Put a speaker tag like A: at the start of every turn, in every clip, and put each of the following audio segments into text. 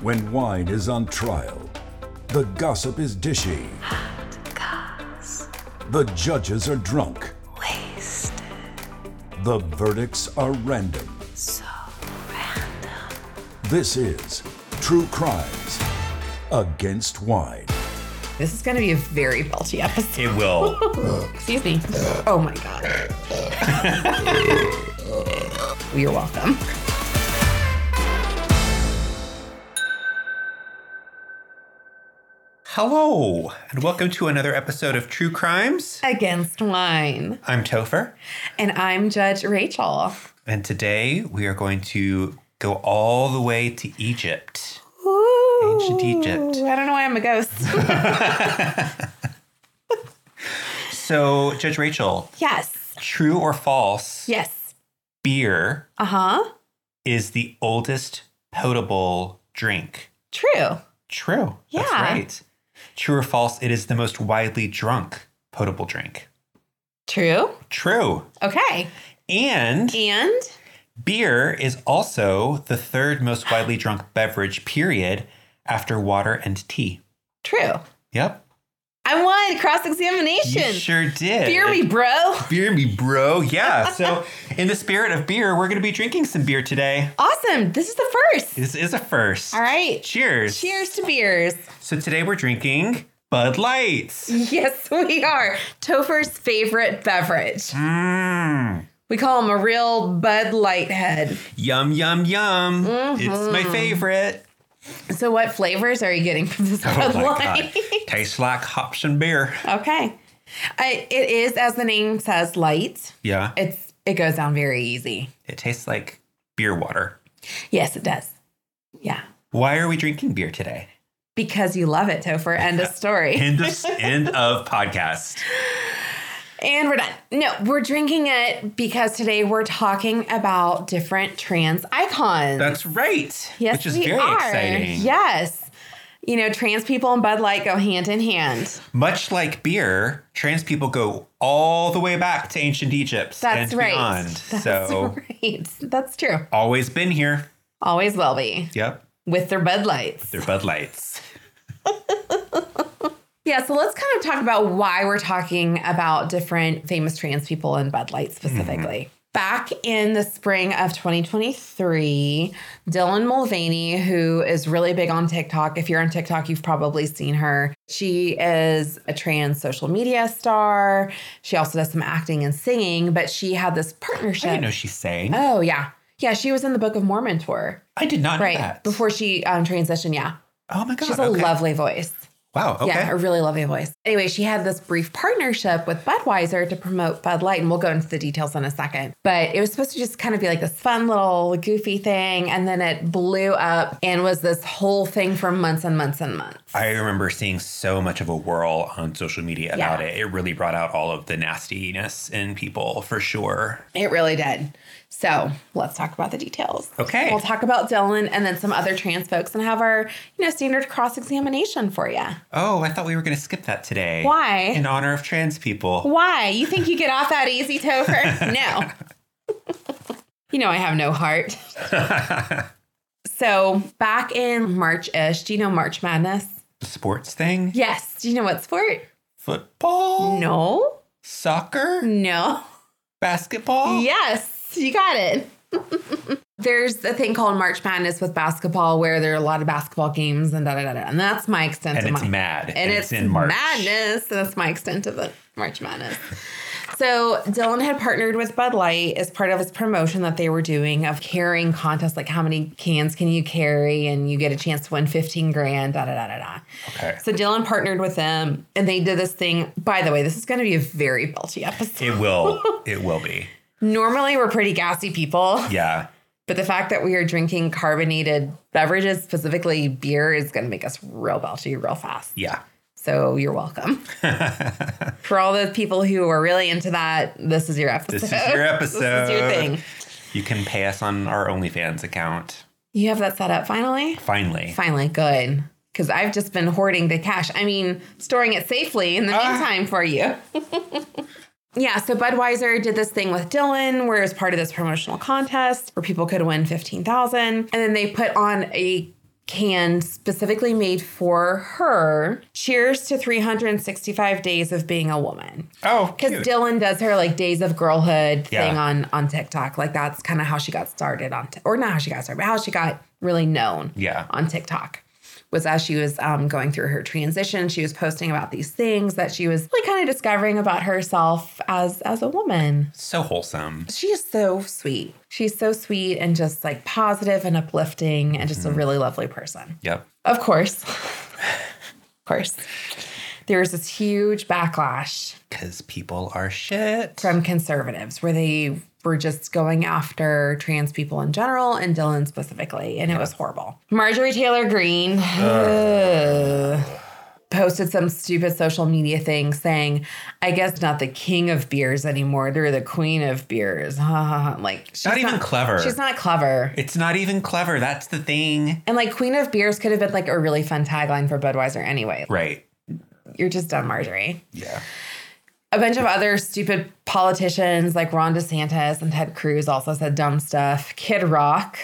A: When wine is on trial, the gossip is dishy. The judges are drunk. The verdicts are random. So random. This is True Crimes Against Wine.
B: This is going to be a very belty episode.
C: It will.
B: Excuse me. Oh my God. You're welcome.
C: Hello, and welcome to another episode of True Crimes.
B: Against wine.
C: I'm Topher,
B: And I'm Judge Rachel.
C: and today we are going to go all the way to Egypt.
B: Ooh,
C: Ancient Egypt.
B: I don't know why I'm a ghost.
C: So, Judge Rachel,
B: yes.
C: true or false,
B: Yes.
C: beer
B: Uh huh.
C: is the oldest potable drink.
B: True.
C: True. That's
B: Yeah.
C: right. True or false, it is the most widely drunk potable drink.
B: True.
C: True.
B: Okay.
C: And
B: And
C: beer is also the third most widely drunk beverage, period, after water and tea.
B: true.
C: Yep.
B: I won cross
C: You
B: examination.
C: sure did.
B: Fear me, bro.
C: Beer me, bro. Yeah. So, in the spirit of beer, we're going to be drinking some beer today.
B: Awesome. This is the first.
C: This is a first.
B: All right.
C: Cheers.
B: Cheers to beers.
C: So, today we're drinking Bud Lights.
B: Yes, we are. Topher's favorite beverage.
C: Mmm.
B: We call him a real Bud Light head.
C: Yum, yum, yum. It's
B: Mm-hmm.
C: my favorite.
B: So, what flavors are you getting from this
C: Oh
B: Bud Light?
C: Tastes like hops and beer.
B: okay. I, it is, as the name says, light.
C: Yeah. It,
B: It's it goes down very easy.
C: tastes like beer water.
B: Yes, it does. Yeah,
C: Why are we drinking beer today?
B: because you love it, Topher. End of story.
C: End of, end of podcast.
B: And we're done. No, we're drinking it because today we're talking about different trans icons.
C: That's right.
B: yes,
C: Which is
B: we
C: very
B: are.
C: exciting.
B: Yes. You know, trans people and Bud Light go hand in hand.
C: Much like beer, trans people go all the way back to ancient Egypt
B: That's
C: and
B: right.
C: beyond.
B: That's
C: so
B: right. That's true.
C: always been here.
B: Always will be
C: Yep.
B: with their Bud Lights.
C: They're Bud Lights.
B: Yeah, so let's kind of talk about why we're talking about different famous trans people and Bud Light
C: Mm-hmm.
B: specifically. Back in the spring of 2023, Dylan Mulvaney, who is really big on TikTok, if you're on TikTok, you've probably seen her. She is a trans social media star. She also does some acting and singing, but she had this
C: I didn't know
B: partnership.
C: she sang.
B: Oh, yeah. Yeah, she was in the Book of Mormon tour,
C: I did not
B: right?
C: know that.
B: Before she um, transitioned. Yeah.
C: oh my god.
B: She has a
C: okay.
B: lovely voice.
C: Wow. Okay.
B: Yeah, a really lovely voice. Anyway, she had this brief partnership with Budweiser to promote Bud Light, and we'll go into the details in a second. But it was supposed to just kind of be like this fun little goofy thing, and then it blew up and was this whole thing for months and months and months.
C: I remember seeing so much of a whirl on social media about
B: Yeah.
C: it. It really brought out all of the nastiness in people for sure.
B: It really did. So let's talk about the details.
C: Okay.
B: We'll talk about Dylan and then some other trans folks and have our, you know, standard cross examination for you.
C: Oh, I thought we were going to skip that today.
B: Why?
C: In honor of trans people.
B: Why? You think you get off that easy, Topher? No. you know I have no heart. so back in March-ish, do you know March Madness?
C: The sports thing?
B: Yes. Do you know what sport?
C: Football?
B: No.
C: Soccer?
B: No.
C: Basketball?
B: Yes, you got it. There's a thing called March Madness with basketball where there are a lot of basketball games and da da da da. And that's my extent
C: And
B: of
C: it's
B: my
C: mad.
B: and, it's,
C: in March.
B: madness. That's my extent of it. March Madness. So Dylan had partnered with Bud Light as part of his promotion that they were doing of carrying contests, like how many cans can you carry, and you get a chance to win fifteen grand. Da da da da da.
C: Okay.
B: So Dylan partnered with them, and they did this thing. By the way, this is going to be a very belty episode.
C: It will. It will be.
B: Normally, we're pretty gassy people,
C: Yeah.
B: but the fact that we are drinking carbonated beverages, specifically beer, is going to make us real belty real fast.
C: Yeah.
B: So you're welcome. For all those people who are really into that, this is your episode.
C: This is your
B: this is your
C: episode.
B: thing.
C: You can pay us on our OnlyFans account.
B: You have that set up finally?
C: Finally.
B: Finally, good. Because I've just
C: Ah.
B: been hoarding the cash. I mean, storing it safely in the meantime for you. Yeah, so Budweiser did this thing with Dylan where it was part of this promotional contest where people could win 15,000 and then they put on a can specifically made for her. Cheers to 365 days of being a woman.
C: Oh,
B: Cuz
C: cute.
B: Dylan does her like days of girlhood
C: Yeah.
B: thing on on TikTok. Like that's kind of how she got started on t- or not how she got started, but how she got really known
C: Yeah.
B: on TikTok was as she was um, going through her transition. She was posting about these things that she was really kind of discovering about herself as as a woman.
C: so wholesome.
B: She is so sweet. She's so sweet and just like positive and uplifting and just
C: Mm-hmm.
B: a really lovely person.
C: Yep.
B: Of course. of course. There was this huge backlash
C: Because people are shit.
B: from conservatives where they were just going after trans people in general and Dylan specifically, and it was horrible. Marjorie Taylor Greene ugh, posted some stupid social media thing saying, "I guess not the king of beers anymore; they're the queen of beers." like she's
C: Not even clever.
B: She's not clever.
C: It's not even clever. That's the thing.
B: And like Queen of Beers could have been like a really fun tagline for Budweiser anyway.
C: Right.
B: You're just dumb, Marjorie.
C: Yeah.
B: a bunch of other stupid politicians like Ron DeSantis and Ted Cruz also said dumb stuff. Kid Rock.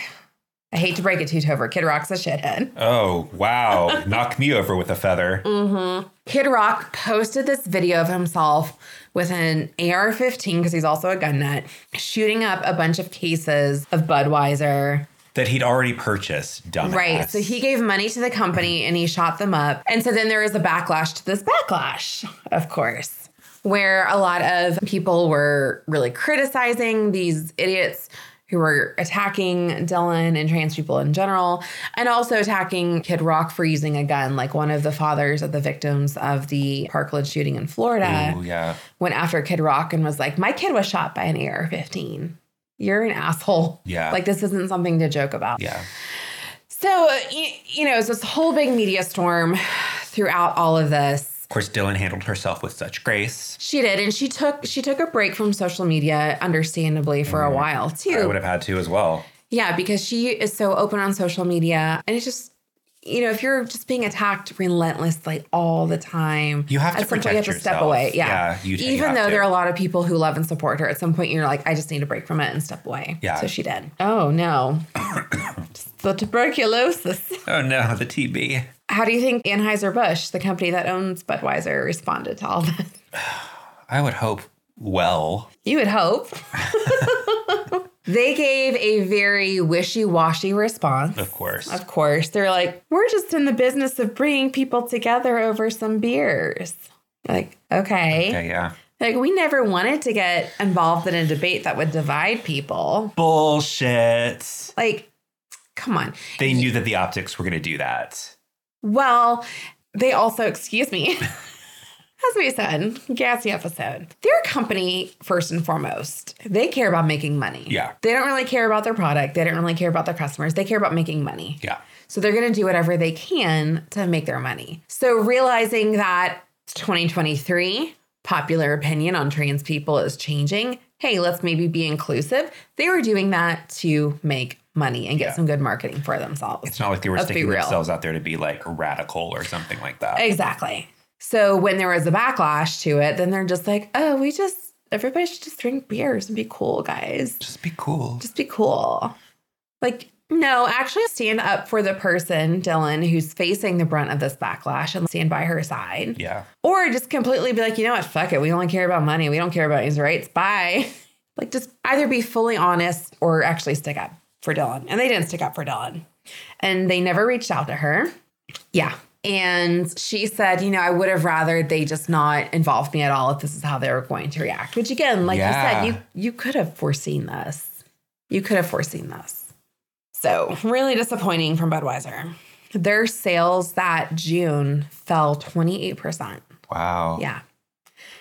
B: I hate to break it to you, Tover. Kid Rock's a shithead.
C: Oh, wow. Knock me over with a feather.
B: Mm. Kid Rock posted this video of himself with an AR 15, because he's also a gun nut, shooting up a bunch of cases of Budweiser.
C: That he'd already purchased. Dumbass.
B: Right. So he gave money to the company and he shot them up. And so then there was a backlash to this backlash, of course, where a lot of people were really criticizing these idiots who were attacking Dylan and trans people in general, and also attacking Kid Rock for using a gun. Like one of the fathers of the victims of the Parkland shooting in Florida
C: Ooh, yeah.
B: went after Kid Rock and was like, My kid was shot by an AR 15. You're an asshole.
C: Yeah.
B: Like, this isn't something to joke about.
C: Yeah.
B: So, you, you know, it's this whole big media storm throughout all of this.
C: Of course, Dylan handled herself with such grace.
B: She did, and she took she took a break from social media, understandably, for a while
C: Mm-hmm. I
B: too.
C: would have had to as well.
B: Yeah, because she is so open on social media, and it's just you know, if you're just being attacked relentlessly all the time,
C: You have to
B: at some point
C: protect
B: you have to step
C: yourself.
B: away. Yeah,
C: Yeah, you- you
B: even
C: have
B: though
C: to.
B: there are a lot of people who love and support her, at some point you're like, I just need a break from it and step away.
C: Yeah.
B: so she did. Oh no, the tuberculosis.
C: Oh, no. The TB.
B: How do you think Anheuser-Busch, the company that owns Budweiser, responded to all that?
C: I would hope well.
B: You would hope. they gave a very wishy-washy response.
C: Of course.
B: Of course, they're like, "We're just in the business of bringing people together over some beers." Like, okay.
C: Yeah, yeah.
B: Like we never wanted to get involved in a debate that would divide people.
C: Bullshit.
B: Like, come on.
C: They knew that the optics were going to do that.
B: Well, they also, excuse me, as we said, gassy episode. They're a company, first and foremost. They care about making money.
C: Yeah.
B: They don't really care about their product. They don't really care about their customers. They care about making money.
C: Yeah.
B: So they're going to do whatever they can to make their money. So realizing that 2023 popular opinion on trans people is changing, hey, let's maybe be inclusive. They were doing that to make money and get
C: Yeah.
B: some good marketing for themselves.
C: It's not like they were
B: Let's be
C: sticking
B: real.
C: themselves out there to be like radical or something like that.
B: Exactly. So when there was a backlash to it, then they're just like, oh, we just, everybody should just drink beers and be cool, guys.
C: Just be cool.
B: Just be cool. Like, no, actually stand up for the person, Dylan, who's facing the brunt of this backlash and stand by her side.
C: yeah.
B: Or just completely be like, you know what? Fuck it. We only care about money. We don't care about his rights. Bye. Like, just either be fully honest or actually stick up for Dylan. And they didn't stick up for Dylan. And they never reached out to her. Yeah. And she said, you know, I would have rather they just not involve me at all if this is how they were going to react. Which again, like
C: Yeah.
B: you said, you you could have foreseen this. You could have foreseen this. So really disappointing from Budweiser. Their sales that June fell 28%.
C: Wow.
B: Yeah.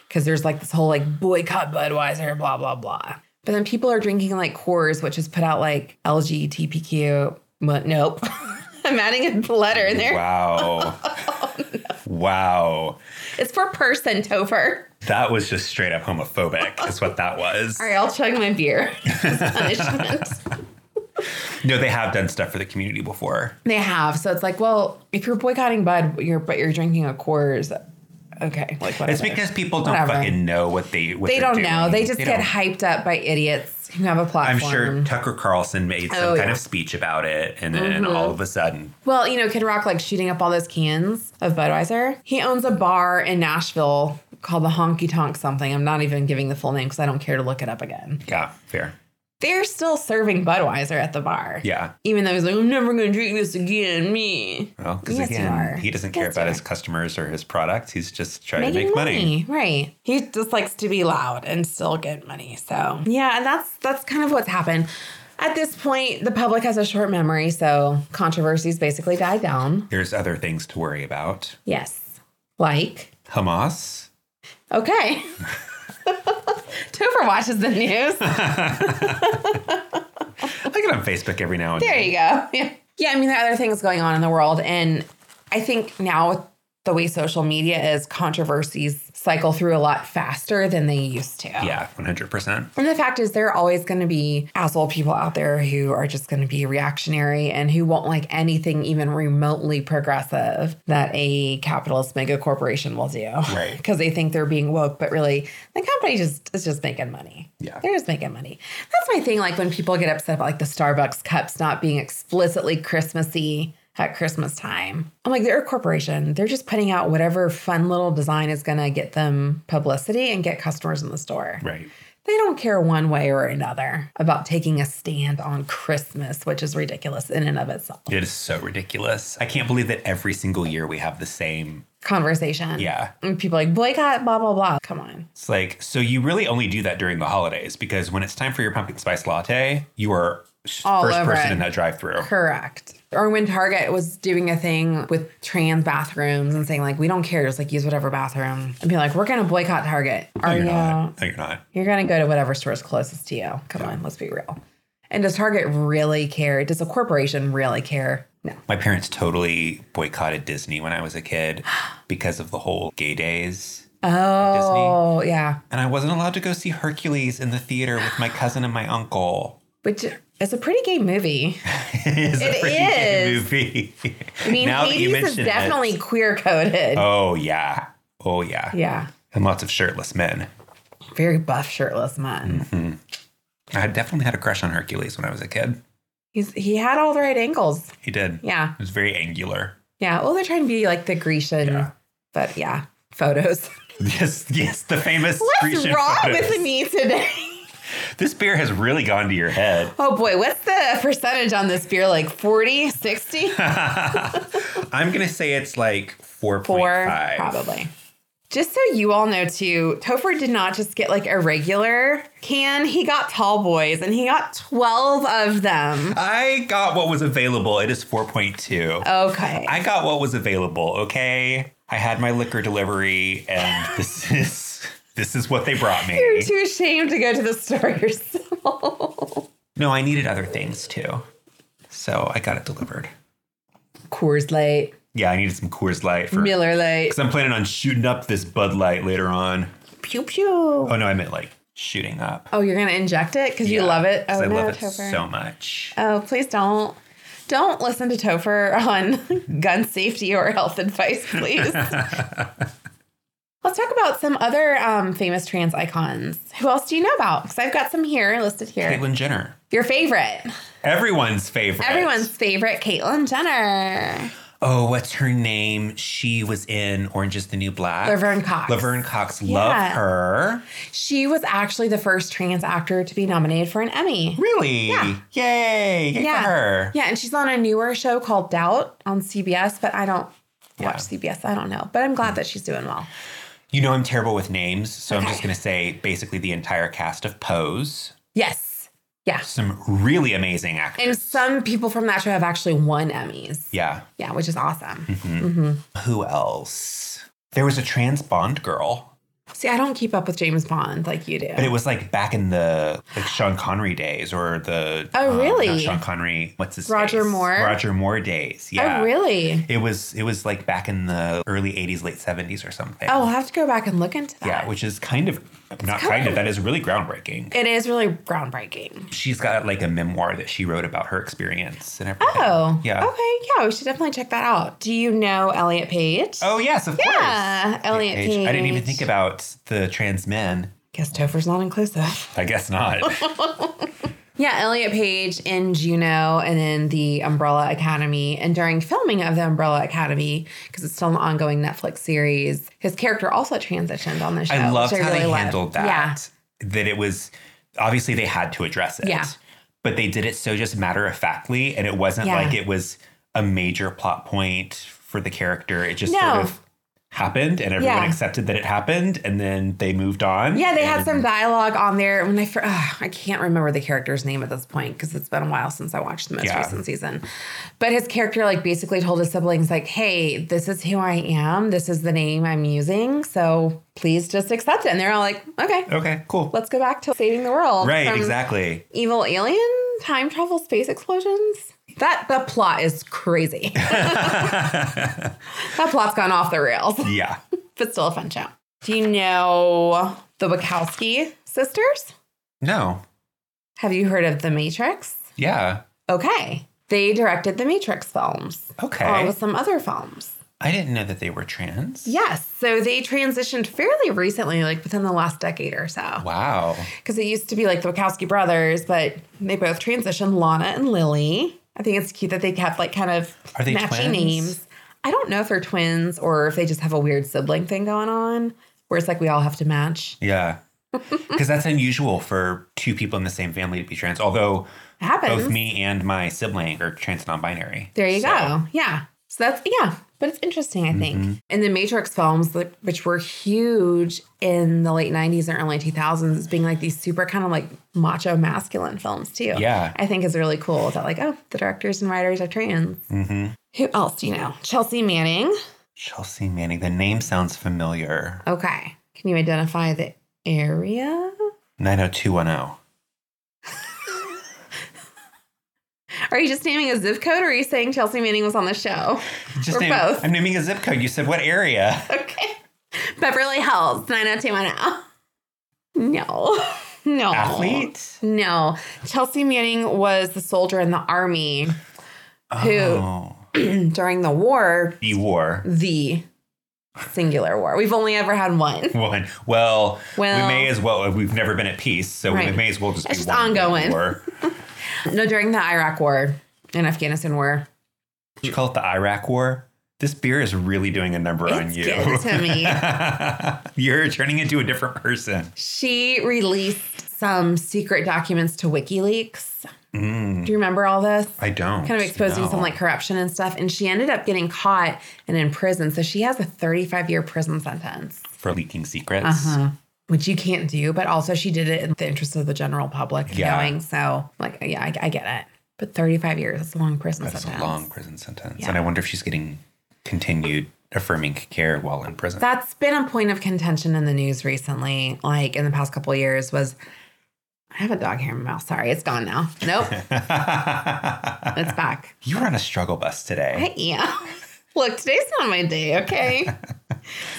B: Cause there's like this whole like boycott Budweiser, blah, blah, blah. But then people are drinking like Coors, which is put out like LGBTQ. But nope. I'm adding a letter in there. Oh,
C: Wow. Wow.
B: It's for person, Topher.
C: That was just straight up homophobic, is what that was.
B: All right, I'll chug my beer. It's punishment.
C: No, they have done stuff for the community before.
B: they have. So it's like, well, if you're boycotting Bud, you're but you're drinking a Coors, Okay. Like
C: It's because people don't
B: Whatever.
C: fucking know what they what
B: they
C: they're
B: don't know.
C: doing.
B: They just get
C: don't-
B: hyped up by idiots who have a platform.
C: I'm sure Tucker Carlson made some
B: Oh,
C: kind
B: yeah. Mm-hmm.
C: of speech about it, and then all of a sudden,
B: Well, you know, Kid Rock like shooting up all those cans of Budweiser. He owns a bar in Nashville called the Honky Tonk something. I'm not even giving the full name because I don't care to look it up again.
C: yeah, fair,
B: They're still serving Budweiser at the bar.
C: yeah.
B: Even though he's like, I'm never going to drink this again, me.
C: Well, because
B: Yes, you are.
C: again, he doesn't care
B: Yes, you
C: about
B: are.
C: his customers or his products. He's just trying to
B: Making
C: make money.
B: right? He just likes to be loud and still get money. So yeah, and that's that's kind of what's happened. At this point, the public has a short memory, so controversies basically die down.
C: There's other things to worry about.
B: Yes, like
C: Hamas.
B: Okay. Topher watches the news.
C: I get on Facebook every now and
B: There
C: then.
B: you go. Yeah. Yeah, I mean, there are other things going on in the world. And I think now with the way social media is, controversies cycle through a lot faster than they used to.
C: Yeah, 100%.
B: And the fact is, there are always going to be asshole people out there who are just going to be reactionary and who won't like anything even remotely progressive that a capitalist mega corporation will do.
C: Right.
B: Because they think they're being woke, but really, the company just is just making money.
C: Yeah.
B: They're just making money. That's my thing. Like when people get upset about like the Starbucks cups not being explicitly Christmassy at Christmas time, I'm like, they're a corporation. They're just putting out whatever fun little design is going to get them publicity and get customers in the store
C: Right.
B: they don't care one way or another about taking a stand on Christmas, which is ridiculous in and of itself.
C: It is so ridiculous. I can't believe that every single year we have the same.
B: Conversation.
C: Yeah.
B: And people are like boycott, blah, blah, blah. Come on.
C: It's like, so you really only do that during the holidays because when it's time for your pumpkin spice latte, you are s-
B: All
C: first
B: over
C: person
B: it.
C: in that drive through.
B: Correct. Or when Target was doing a thing with trans bathrooms and saying, like, we don't care, just like use whatever bathroom. And be like, we're going to boycott Target.
C: No,
B: Are
C: you're
B: you?
C: not. No, you're not.
B: You're going to go to whatever store's closest to you. Come on, let's be real. And does Target really care? Does a corporation really care? No.
C: My parents totally boycotted Disney when I was a kid because of the whole gay days.
B: Oh, yeah.
C: And I wasn't allowed to go see Hercules in the theater with my cousin and my uncle.
B: Which is a pretty gay movie.
C: it is
B: It
C: a pretty gay
B: is.
C: movie.
B: I mean, Hades is
C: mention it.
B: definitely queer coded.
C: Oh, yeah. Oh, yeah.
B: Yeah.
C: And lots of shirtless men.
B: Very buff, shirtless man.
C: Mm-hmm. I definitely had a crush on Hercules when I was a kid.
B: He's he had all the right angles.
C: He did.
B: Yeah.
C: It was very angular.
B: Yeah. Well, they're trying to be like the Grecian,
C: Yeah.
B: but yeah, photos.
C: Yes, yes, the famous
B: What's
C: Grecian
B: wrong
C: photos.
B: with me today?
C: This beer has really gone to your head.
B: Oh boy, what's the percentage on this beer? Like 40, 60?
C: I'm going to say it's like 4.5.
B: Four, probably. Just so you all know too, Topher did not just get like a regular can. He got tall boys and he got 12 of them.
C: I got what was available. It is 4.2.
B: Oh. Okay.
C: I got what was available, okay? I had my liquor delivery and this is this is what they brought
B: You're
C: me.
B: too ashamed to go to the store yourself.
C: No, I needed other things too. So I got it delivered.
B: Coors Light,
C: Yeah, I needed some Coors Light for
B: Miller Light.
C: cuz I'm planning on shooting up this Bud Light later on.
B: Pew pew.
C: Oh no, I meant like shooting up.
B: Oh, you're gonna inject it because you
C: Yeah,
B: love it.
C: 'cause
B: Oh
C: I
B: no,
C: love it
B: Topher.
C: so much.
B: oh, please don't. Don't listen to Topher on gun safety or health advice, please. Let's talk about some other um, famous trans icons. Who else do you know about? Because I've got some here listed here.
C: Caitlyn Jenner.
B: Your favorite,
C: Everyone's favorite.
B: everyone's favorite, Caitlyn Jenner.
C: Oh, what's her name? She was in Orange is the New Black.
B: Laverne Cox.
C: Laverne Cox.
B: Yeah.
C: Love her.
B: She was actually the first trans actor to be nominated for an Emmy.
C: Really?
B: Yeah.
C: Yay. Good
B: yeah.
C: for her.
B: Yeah, and she's on a newer show called Doubt on CBS, but I don't watch CBS. I don't know, but I'm glad that she's doing well.
C: You know I'm terrible with names, so I'm just
B: Okay.
C: going to say basically the entire cast of Pose.
B: Yes. Yeah.
C: Some really amazing actors.
B: And some people from that show have actually won Emmys.
C: yeah.
B: Yeah, which is awesome.
C: Mm-hmm.
B: Mm-hmm.
C: Who else? There was a trans Bond girl,
B: See, I don't keep up with James Bond like you do.
C: but it was like back in the like Sean Connery days or the um,
B: Oh,
C: not
B: really?
C: Sean Connery. What's his
B: Roger
C: face?
B: Moore?
C: Roger Moore days. Yeah.
B: Oh, really?
C: It was it was like back in the early 80s, late 70s or something.
B: Oh, I'll have to go back and look into that.
C: Yeah, which is kind of not kind of. That is really groundbreaking.
B: It is really groundbreaking.
C: She's got like a memoir that she wrote about her experience and everything.
B: Oh,
C: yeah.
B: Okay, yeah, we should definitely check that out. Do you know Elliot Page?
C: Oh yes, of course.
B: yeah, Elliot Page.
C: I didn't even think about the trans men.
B: Guess Topher's not inclusive.
C: I guess not.
B: Yeah, Elliot Page in Juno and then the Umbrella Academy. And during filming of the Umbrella Academy, because it's still an ongoing Netflix series, his character also transitioned on the show.
C: I loved
B: Oh, which
C: how they
B: loved.
C: handled that. That it was obviously they had to address it.
B: Yeah.
C: But they did it so just matter of factly, and it wasn't
B: Yeah.
C: like it was a major plot point for the character. It just
B: No.
C: sort of happened, and everyone
B: Yeah.
C: accepted that it happened, and then they moved on.
B: Yeah, they had
C: and-
B: some dialogue on there. When I fir- ugh, I can't remember the character's name at this point because it's been a while since I watched the most
C: Yeah.
B: recent season. But his character like basically told his siblings like, "Hey, this is who I am. This is the name I'm using. So please just accept it." And they're all like, "Okay,
C: Okay, cool.
B: let's go back to saving the world."
C: Right,
B: from
C: exactly.
B: Evil alien, time travel, space explosions. That the plot is crazy. that plot's gone off the rails
C: Yeah.
B: but still a fun show. Do you know the Wachowski sisters?
C: No.
B: Have you heard of The Matrix?
C: Yeah.
B: Okay. They directed the Matrix films
C: Okay.
B: along with some other films.
C: I didn't know that they were trans.
B: Yes. So they transitioned fairly recently, like within the last decade or so.
C: Wow.
B: Because it used to be like the Wachowski brothers, but they both transitioned Lana and Lily. I think it's cute that they kept like kind of
C: Are they
B: matching
C: twins?
B: names. I don't know if they're twins or if they just have a weird sibling thing going on where it's like we all have to match.
C: Yeah. Because that's unusual for two people in the same family to be trans. Although
B: It happens.
C: both me and my sibling are trans non-binary.
B: There you
C: So, Mm-hmm.
B: go. Yeah. So that's yeah, but it's interesting, I think. And the Matrix films, like, which were huge in the late '90s and early 2000s, as being like these super kind of like macho masculine films too.
C: Yeah.
B: I think is really cool that like oh, the directors and writers are trans.
C: Mm-hmm.
B: Who else do you know? Chelsea Manning.
C: Chelsea Manning. The name sounds familiar.
B: Okay, can you identify the area?
C: 90210.
B: Are you just naming a zip code, or are you saying Chelsea Manning was on the show?
C: Just
B: Or
C: name,
B: both.
C: I'm naming a zip code. You said what area?
B: Okay, Beverly Hills 90210. No, no.
C: Athlete?
B: No, Chelsea Manning was the soldier in the army who,
C: Oh.
B: during the war,
C: The war.
B: the singular war. We've only ever had one.
C: One. Well,
B: Well-
C: we may as well. We've never been at peace, so we
B: Right.
C: may as well just
B: It's
C: be
B: just
C: one big
B: ongoing.
C: War.
B: No, during the Iraq War and Afghanistan War.
C: Did you call it the Iraq War? This beer is really doing a number on
B: It's
C: you.
B: getting to me.
C: You're turning into a different person.
B: She released some secret documents to WikiLeaks.
C: Mm.
B: Do you remember all this?
C: I don't.
B: kind of exposing
C: no.
B: some like corruption and stuff. And she ended up getting caught and in prison. So she has a 35 year prison sentence,
C: for leaking secrets.
B: Uh-huh. which you can't do. But also, she did it in the interest of the general public and
C: Yeah.
B: going. So, like, yeah, I, I get it. But 35 years, that's a long prison
C: That's
B: sentence.
C: a long prison sentence,
B: Yeah.
C: and I wonder if she's getting continued affirming care while in prison.
B: That's been a point of contention in the news recently, like in the past couple of years, was I have a dog here in my mouth. Sorry, it's gone now. Nope, it's back.
C: you were on a struggle bus today.
B: I am. Look, today's not my day, okay?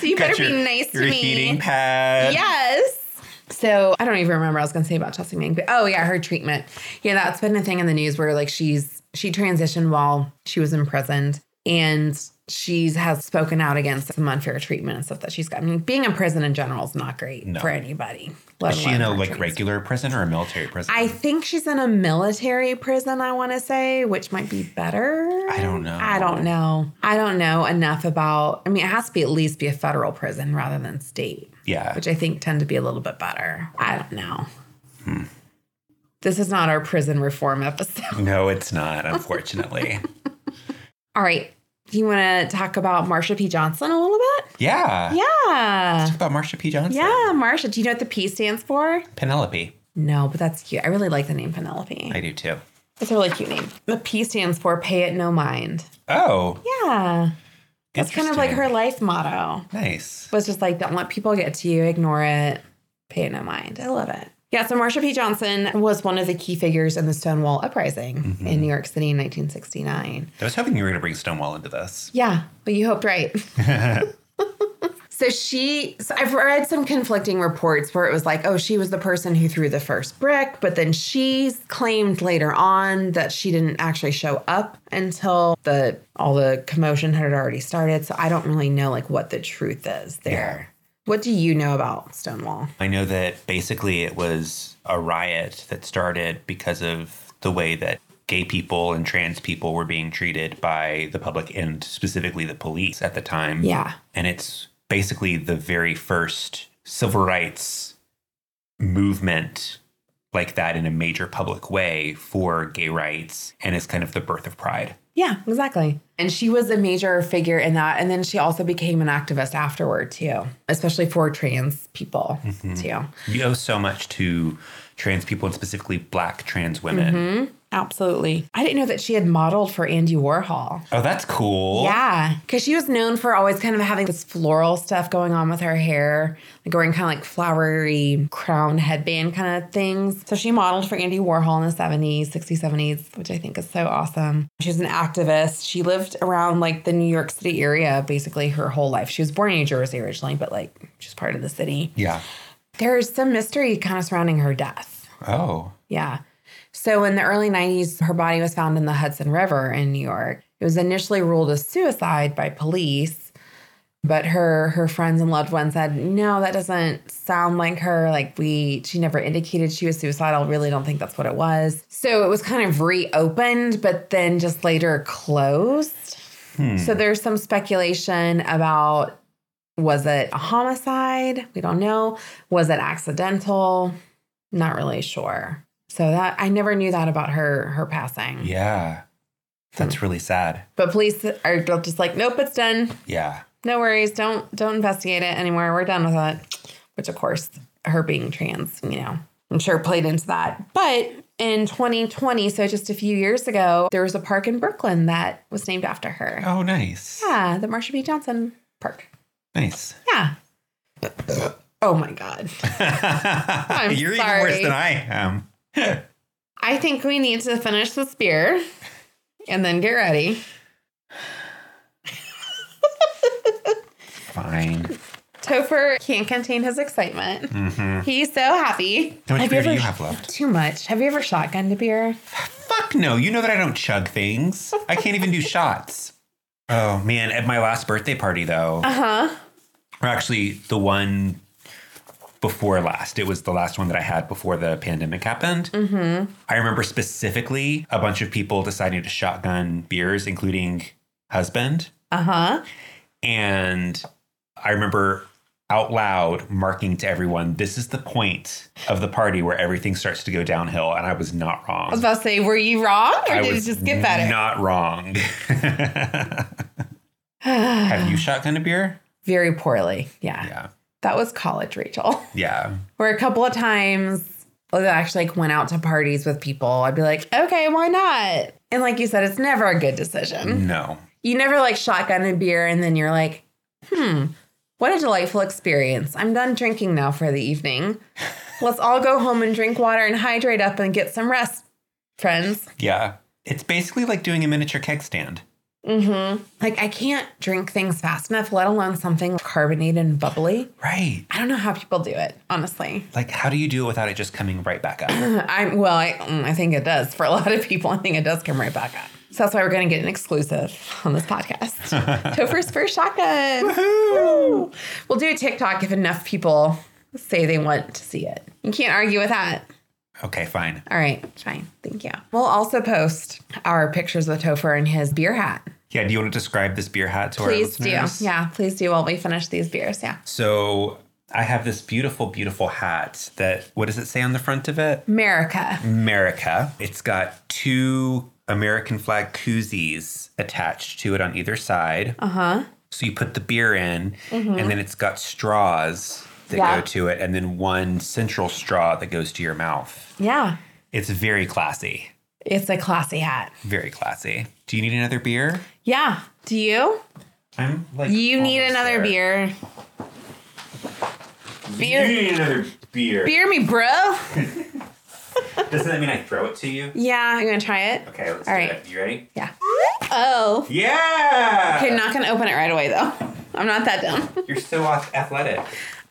B: So you
C: Got
B: better
C: your-
B: be nice to
C: your
B: me.
C: heating pad.
B: Yes. So I don't even remember what I was going to say about Chelsea Manning, but oh yeah, her treatment. Yeah, that's been a thing in the news where like she's she transitioned while she was imprisoned, and she has spoken out against some unfair treatment and stuff that she's got. I mean, being in prison in general is not great
C: No.
B: for anybody. let
C: Is she
B: alone
C: in a
B: for
C: like
B: trans-
C: regular prison or a military prison?
B: I think she's in a military prison, I want to say, which might be better.
C: I don't know.
B: I don't know. I don't know enough about. I mean, it has to be at least be a federal prison rather than state
C: yeah.
B: which I think tend to be a little bit better. I don't know. This is not our prison reform episode.
C: no, it's not. Unfortunately.
B: All right. Do you want to talk about Marsha P. Johnson a little bit?
C: yeah.
B: Yeah.
C: About Marsha P. Johnson.
B: Yeah, Marsha. Do you know what the P stands for?
C: Penelope.
B: No, but that's cute. I really like the name Penelope.
C: I do too.
B: It's a really cute name. The P stands for pay it no mind.
C: Oh.
B: Yeah. That's kind of like her
C: interesting.
B: life motto.
C: Nice.
B: was just like, don't let people get to you, ignore it, pay it no mind. I love it. Yeah, so Marsha P. Johnson was one of the key figures in the Stonewall Uprising in New York City in 1969.
C: I was hoping you were going to bring Stonewall into this.
B: Yeah, well, you hoped right. So she, so I've read some conflicting reports where it was like, oh, she was the person who threw the first brick, but then she claimed later on that she didn't actually show up until the all the commotion had already started. So I don't really know like what the truth is there. What do you know about Stonewall?
C: I know that basically it was a riot that started because of the way that gay people and trans people were being treated by the public and specifically the police at the time.
B: Yeah.
C: And it's basically the very first civil rights movement like that in a major public way for gay rights and it's kind of the birth of pride.
B: Yeah, exactly. And she was a major figure in that. And then she also became an activist afterward, too, especially for trans people, too.
C: You owe so much to trans people and specifically black trans women.
B: Absolutely. I didn't know that she had modeled for Andy Warhol.
C: Oh, that's cool.
B: Yeah, because she was known for always kind of having this floral stuff going on with her hair, like wearing kind of like flowery crown headband kind of things. So she modeled for Andy Warhol in the 70s, 60s, 70s, which I think is so awesome. She's an activist. She lived around like the New York City area basically her whole life. She was born in New Jersey originally, but like she's part of the city.
C: Yeah.
B: There's some mystery kind of surrounding her death.
C: Oh.
B: Yeah. So in the early 90s, her body was found in the Hudson River in New York. It was initially ruled a suicide by police, but her her friends and loved ones said, "No, that doesn't sound like her. Like we she never indicated she was suicidal. Really don't think that's what it was." So it was kind of reopened, but then just later closed. So there's some speculation about was it a homicide? We don't know. Was it accidental? Not really sure. So that I never knew that about her her passing.
C: Yeah. That's really sad.
B: But police are just like, nope, it's done.
C: Yeah.
B: No worries. Don't don't investigate it anymore. We're done with it. Which of course, her being trans, you know, I'm sure played into that. But in 2020, so just a few years ago, there was a park in Brooklyn that was named after her.
C: Oh, nice.
B: Yeah, the Marsha B. Johnson Park.
C: Nice.
B: Yeah. Oh my God.
C: You're
B: sorry.
C: even worse than I am.
B: I think we need to finish this beer and then get ready.
C: Fine.
B: Topher can't contain his excitement. He's so happy.
C: How much
B: Have
C: beer
B: ever-
C: do you have left?
B: Too much. Have you ever shotgunned a beer?
C: Fuck no. You know that I don't chug things. I can't even do shots. Oh man, at my last birthday party though. Uh-huh. Or actually the one before last. It was the last one that I had before the pandemic happened. Mm-hmm. I remember specifically a bunch of people deciding to shotgun beers, including husband.
B: Uh huh.
C: And I remember out loud marking to everyone, this is the point of the party where everything starts to go downhill. And I was not wrong.
B: I was about to say, were you wrong or
C: I
B: did it
C: was
B: just get better?
C: Not wrong. Have you shotgun a beer?
B: Very poorly. Yeah.
C: Yeah.
B: That was college, Rachel.
C: Yeah.
B: Where a couple of times oh, I actually like went out to parties with people. I'd be like, okay, why not? And like you said, it's never a good decision.
C: No.
B: You never like shotgun a beer and then you're like, hmm, what a delightful experience. I'm done drinking now for the evening. Let's all go home and drink water and hydrate up and get some rest, friends.
C: Yeah. It's basically like doing a miniature keg stand.
B: Like, I can't drink things fast enough, let alone something carbonated and bubbly.
C: Right.
B: I don't know how people do it, honestly.
C: Like, how do you do it without it just coming right back up?
B: I'm well, I, mm, I think it does for a lot of people. I think it does come right back up. So that's why we're going to get an exclusive on this podcast. Topher's first shotgun. Woo. We'll do a TikTok if enough people say they want to see it. You can't argue with that.
C: okay, fine.
B: All right, fine. Thank you. We'll also post our pictures with Topher in his beer hat.
C: Yeah. Do you want to describe this beer hat to
B: Please
C: our
B: do.
C: listeners?
B: Yeah, please do while we finish these beers. Yeah.
C: So I have this beautiful, beautiful hat that, what does it say on the front of it?
B: America.
C: Mm. America. It's got two American flag koozies attached to it on either side. Uh huh.
B: Uh-huh.
C: So you put the beer in, and then it's got straws that
B: Mm-hmm. Yeah.
C: go to it, and then one central straw that goes to your mouth.
B: Yeah.
C: It's very classy.
B: It's a classy hat.
C: Very classy. Do you need another beer?
B: Yeah. Do you?
C: Oh, I'm like.
B: You need
C: almost
B: another
C: there.
B: beer. Beer.
C: You need another beer.
B: Beer me, bro.
C: Doesn't that mean I throw it to you?
B: Yeah, I'm gonna try it.
C: Okay, let's
B: All
C: do
B: right.
C: it. You ready?
B: Yeah. Oh.
C: Yeah.
B: Okay, not gonna open it right away though. I'm not that dumb.
C: You're so off athletic.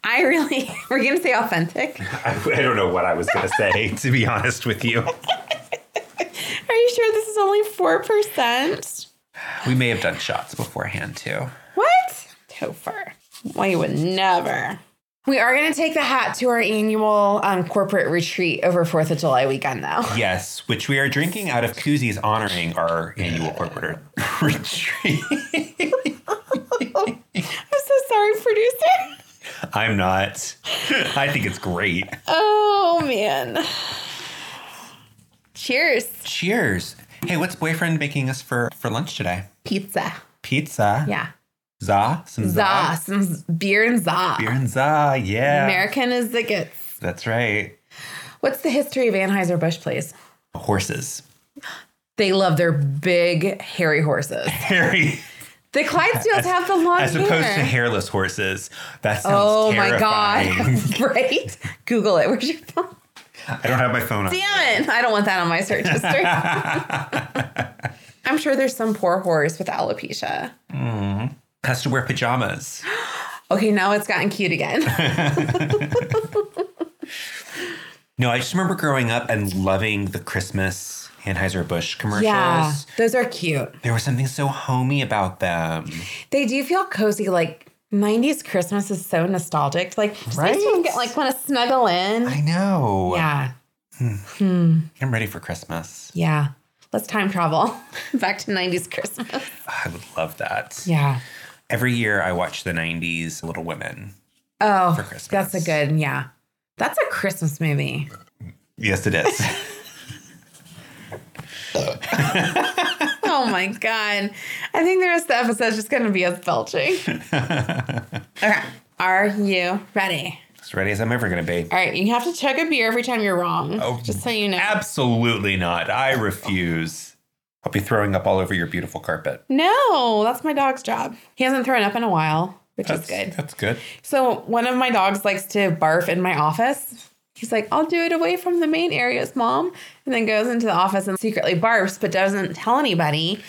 B: I really, we're going to say authentic.
C: I, I don't know what I was going to say, to be honest with you.
B: Are you sure this is only 4%?
C: We may have done shots beforehand, too.
B: What? Topher. Why you would never. We are going to take the hat to our annual um, corporate retreat over 4th of July weekend, though.
C: Yes, which we are drinking out of koozies honoring our annual corporate retreat.
B: I'm so sorry, producer.
C: I'm not. I think it's great.
B: Oh, man. Cheers.
C: Cheers. Hey, what's boyfriend making us for, for lunch today?
B: Pizza.
C: Pizza.
B: Yeah.
C: Za. Some
B: Za.
C: za.
B: Some z- beer and za.
C: Beer and za. Yeah.
B: American as it gets.
C: That's right.
B: What's the history of Anheuser-Busch, please?
C: Horses.
B: They love their big, hairy horses.
C: Harry.
B: The Clydesdales have the long
C: As opposed to
B: hair.
C: hairless horses. That sounds
B: Oh my
C: terrifying.
B: god! right? Google it. Where's your phone?
C: I don't have my phone on.
B: Damn it! I don't want that on my search history. I'm sure there's some poor horse with alopecia.
C: Has to wear pajamas.
B: Okay, now it's gotten cute again.
C: No, I just remember growing up and loving the Christmas Anheuser-Busch commercials.
B: yeah, those are cute.
C: There was something so homey about them.
B: They do feel cozy. Like '90s Christmas is so nostalgic. Like just makes you
C: Right?
B: get like want to snuggle in.
C: I know.
B: yeah,
C: I'm ready for Christmas.
B: yeah. Let's time travel back to '90s Christmas.
C: I would love that.
B: Yeah.
C: Every year I watch the 90s Little Women.
B: Oh,
C: Christmas.
B: that's a good yeah. That's a Christmas movie.
C: Yes, it is.
B: Oh my God. I think the rest of the episode's just going to be us belching. okay. Are you ready?
C: as ready as I'm ever going to be.
B: All right. You have to chug a beer every time you're wrong.
C: Oh,
B: just so you know.
C: Absolutely not. I refuse. I'll be throwing up all over your beautiful carpet.
B: no, that's my dog's job. He hasn't thrown up in a while, which is good.
C: That's good.
B: So, one of my dogs likes to barf in my office. He's like, I'll do it away from the main areas, mom. And then goes into the office and secretly barfs, but doesn't tell anybody.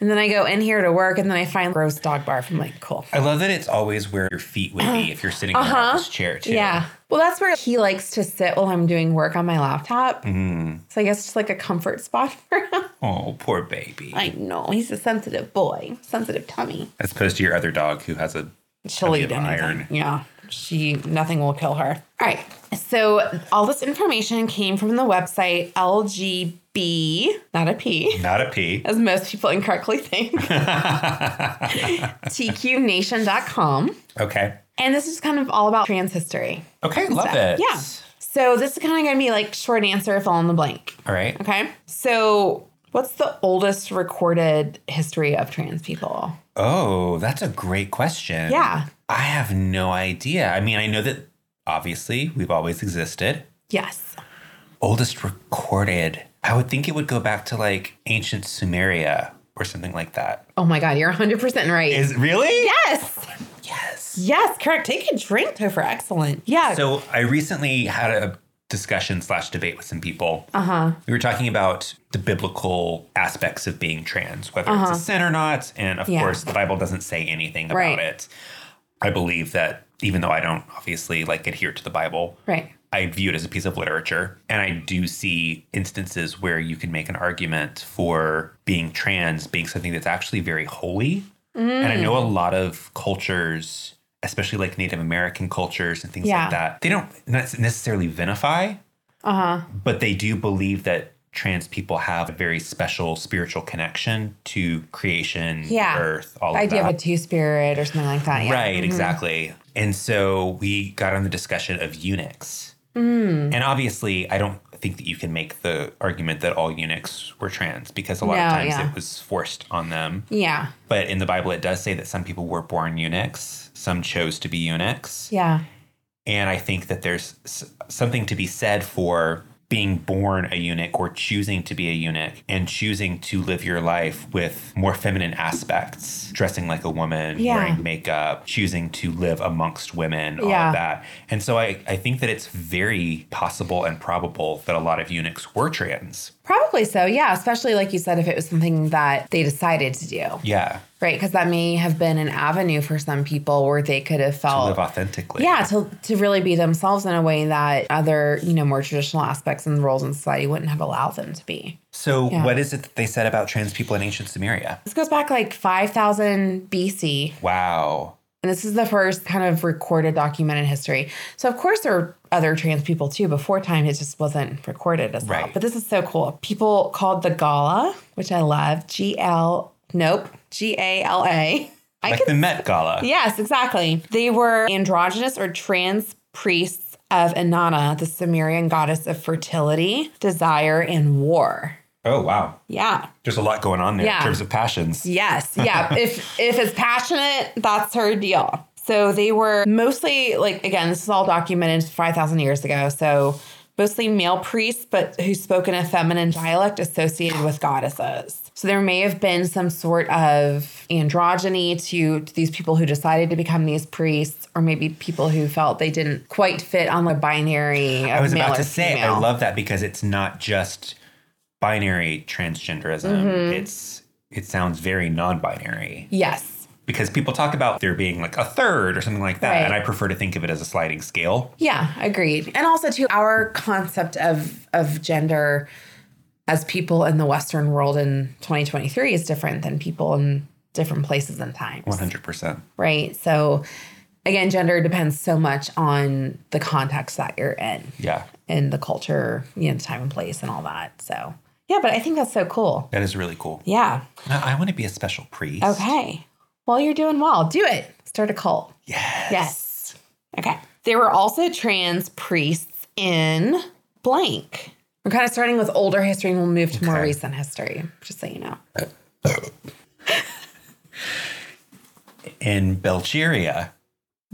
B: And then I go in here to work and then I find gross dog barf. I'm like, cool.
C: I love that it's always where your feet would be if you're sitting on
B: Uh-huh.
C: this chair too.
B: Yeah. Well, that's where he likes to sit while I'm doing work on my laptop. So I guess it's like a comfort spot for him.
C: Oh, poor baby.
B: I know. He's a sensitive boy, sensitive tummy.
C: As opposed to your other dog who has a
B: She'll
C: Tummy
B: eat
C: of
B: anything.
C: iron.
B: Yeah. She, nothing will kill her. All right. So all this information came from the website LGB, not a P.
C: not a pee.
B: As most people incorrectly think, tqnation.com.
C: Okay.
B: And this is kind of all about trans history.
C: Okay, love it.
B: Yeah. So this is kind of going to be like short answer, fill in the blank.
C: All right.
B: Okay. So, what's the oldest recorded history of trans people?
C: Oh, that's a great question.
B: Yeah.
C: I have no idea. I mean, I know that obviously we've always existed.
B: Yes.
C: Oldest recorded, I would think it would go back to like ancient Sumeria or something like that.
B: Oh my God, you're 100% right.
C: Is really?
B: yes.
C: Yes.
B: Yes, correct. Take a drink, Topher. Excellent. Yeah.
C: So I recently had a discussion slash debate with some people. Uh
B: Uh-huh.
C: huh. We were talking about the biblical aspects of being trans, whether it's a sin or not, and of
B: Uh-huh. Yeah.
C: course the Bible doesn't say anything about
B: Right.
C: it. I believe that even though I don't obviously like adhere to the Bible,
B: right.
C: I view it as a piece of literature. And I do see instances where you can make an argument for being trans being something that's actually very holy. And I know a lot of cultures, especially like Native American cultures and things
B: Yeah.
C: like that, they don't not necessarily vinify,
B: Uh-huh.
C: but they do believe that trans people have a very special spiritual connection to creation,
B: Yeah.
C: earth, all
B: The
C: of
B: idea
C: that.
B: of a two spirit or something like that. Yeah. Mm-hmm.
C: Right, exactly. And so we got on the discussion of eunuchs.
B: Mm.
C: And obviously, I don't think that you can make the argument that all eunuchs were trans because a lot
B: No,
C: of times
B: yeah.
C: it was forced on them.
B: Yeah.
C: But in the Bible, it does say that some people were born eunuchs, some chose to be eunuchs.
B: Yeah.
C: And I think that there's s- something to be said for being born a eunuch or choosing to be a eunuch and choosing to live your life with more feminine aspects, dressing like a woman,
B: Yeah.
C: wearing makeup, choosing to live amongst women, all
B: Yeah.
C: of that. And so I, I think that it's very possible and probable that a lot of eunuchs were trans.
B: Probably so, yeah. Especially like you said, if it was something that they decided to do,
C: Yeah.
B: right? Because that may have been an avenue for some people where they could have felt
C: Live authentically.
B: yeah to, to really be themselves in a way that other you know more traditional aspects and roles in society wouldn't have allowed them to be
C: So
B: Yeah.
C: what is it that they said about trans people in ancient Sumeria?
B: this goes back like 5000 bc
C: Wow.
B: and this is the first kind of recorded documented history so of course there were other trans people too before time it just wasn't recorded as well
C: Right.
B: but this is so cool people called the gala which i love gl nope g-a-l-a I
C: like the Met Gala.
B: Yes, exactly. They were androgynous or trans priests of Inanna, the Sumerian goddess of fertility, desire, and war.
C: Oh wow.
B: Yeah.
C: There's a lot going on there
B: Yeah.
C: in terms of passions.
B: Yes. Yeah. if if it's passionate, that's her deal. So they were mostly like again, this is all documented five thousand years ago. So mostly male priests, but who spoke in a feminine dialect associated with goddesses. So there may have been some sort of androgyny to, to these people who decided to become these priests, or maybe people who felt they didn't quite fit on the binary. Of
C: I was
B: male
C: about
B: or
C: to say
B: female.
C: I love that because it's not just binary transgenderism.
B: Mm-hmm.
C: It's it sounds very non-binary
B: Yes.
C: because people talk about there being like a third or something like that,
B: Right.
C: and I prefer to think of it as a sliding scale.
B: Yeah, agreed. And also to our concept of of gender as people in the Western world in 2023 is different than people in different places and times.
C: One hundred percent.
B: Right. So again, gender depends so much on the context that you're in
C: Yeah,
B: and the culture, you know, the time and place and all that. So yeah, but I think that's so cool.
C: that is really cool.
B: Yeah.
C: Now, I want to be a special priest.
B: Okay. Well, you're doing well. Do it. Start a cult.
C: Yes.
B: Yes. Okay. There were also trans priests in blank. We're kind of starting with older history and we'll move to more
C: Okay.
B: recent history, just so you know.
C: In Belgeria,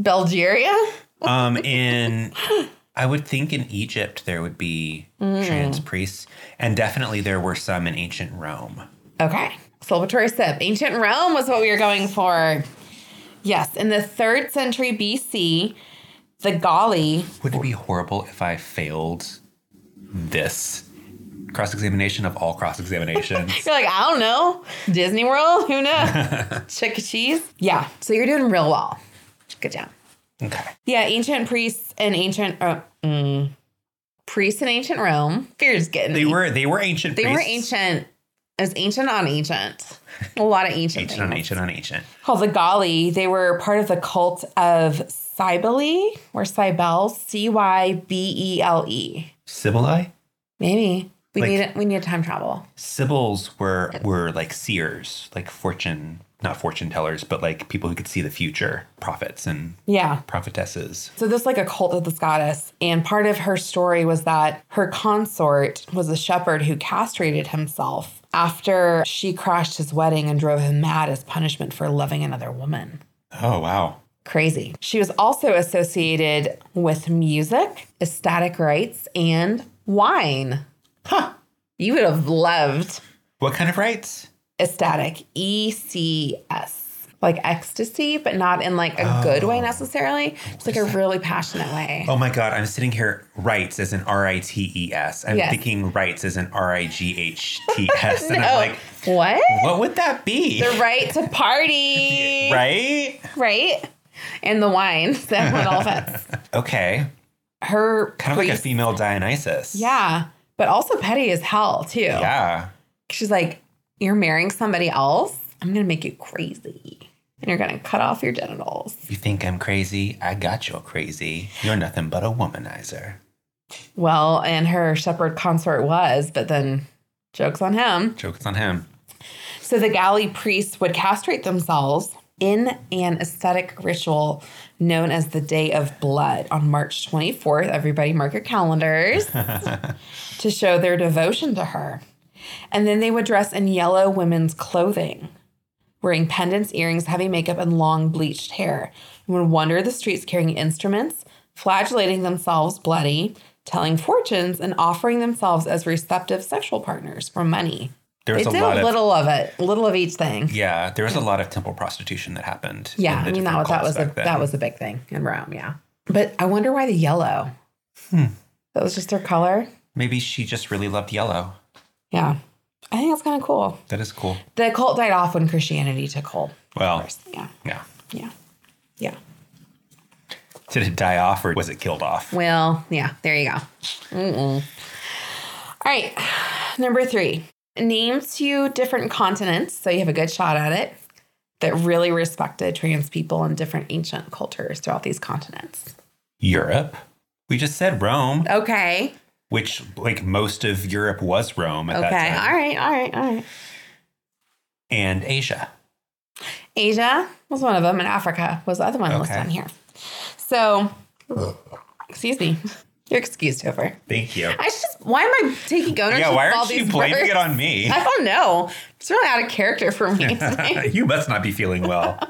B: Belgeria?
C: um, in I would think in Egypt there would be
B: Mm.
C: trans priests, and definitely there were some in ancient Rome.
B: Okay. Salvatore Sip. Ancient Rome was what we were going for. Yes. In the third century BC, the Galli,
C: Would it be horrible if I failed this cross examination of all cross examinations?
B: you're like, I don't know. Disney World? Who knows? Chick cheese? Yeah. So you're doing real well. Good job.
C: okay.
B: Yeah, ancient priests and ancient uh, mm, priests in ancient Rome. You're just getting
C: They
B: me.
C: were they were ancient.
B: they were
C: priests.
B: ancient. It was ancient on ancient. A lot of ancient.
C: Ancient on
B: things.
C: ancient on ancient.
B: Called the Galli. They were part of the cult of Cybele or Cybele. C Y B E L E.
C: Sibyli?
B: Maybe we
C: Like-
B: need we need time travel.
C: Sibyls were were like seers, like fortune not fortune tellers, but like people who could see the future, prophets and
B: Yeah.
C: prophetesses.
B: So there's like a cult of this goddess, and part of her story was that her consort was a shepherd who castrated himself after she crashed his wedding and drove him mad as punishment for loving another woman.
C: Oh wow.
B: Crazy. She was also associated with music, ecstatic rites, and wine. Huh. You would have loved
C: What kind of rites?
B: ecstatic, E C S, like ecstasy, but not in like a good way necessarily. It's like a really passionate way.
C: Oh my god, I'm sitting here rights as in R I T E S. I'm
B: Yes.
C: thinking rights as in R I G H T S. And I'm like,
B: Oh, what?
C: what would that be?
B: The right to party,
C: right?
B: right? And the wine that went all fits.
C: Okay.
B: Her
C: Kind of like a
B: priest-
C: female Dionysus.
B: yeah, but also petty as hell too.
C: Yeah.
B: she's like, "You're marrying somebody else. I'm gonna make you crazy, and you're gonna cut off your genitals."
C: You think I'm crazy? I got you crazy. You're nothing but a womanizer.
B: Well, and her shepherd consort was, but then jokes on him.
C: Joke's on him.
B: So the galley priests would castrate themselves in an aesthetic ritual known as the Day of Blood on March 24th. Everybody mark your calendars to show their devotion to her. And then they would dress in yellow women's clothing, wearing pendants, earrings, heavy makeup, and long bleached hair, and would wander the streets carrying instruments, flagellating themselves bloody, telling fortunes, and offering themselves as receptive sexual partners for money.
C: There was
B: They
C: a
B: did
C: lot
B: a
C: of
B: little of it, a little of each thing.
C: yeah. There was a lot of temple prostitution that happened.
B: Yeah,
C: in the
B: I mean that
C: different
B: was that was
C: cults
B: a
C: back then.
B: that was a big thing in Rome. Yeah, but I wonder why the yellow. That was just their color.
C: maybe she just really loved yellow.
B: Yeah. I think that's kind of cool.
C: That is cool.
B: The cult died off when Christianity took hold.
C: Well,
B: Yeah.
C: yeah.
B: Yeah. Yeah.
C: Did it die off or was it killed off?
B: Well, yeah, there you go. Mm-mm. All right. Number three name two different continents so you have a good shot at it that really respected trans people in different ancient cultures throughout these continents.
C: Europe. We just said Rome,
B: Okay.
C: which like most of Europe was Rome at
B: Okay.
C: that time.
B: All right. All right. All right.
C: And Asia.
B: Asia was one of them, and Africa was the other one listed
C: Okay.
B: on here. So, excuse me. You're excused, Topher.
C: Thank you.
B: I should just, why am I taking ownership
C: Yeah, why
B: of all
C: aren't
B: these
C: you blaming
B: words?
C: it on me?
B: I don't know. It's really out of character for me today.
C: you must not be feeling well.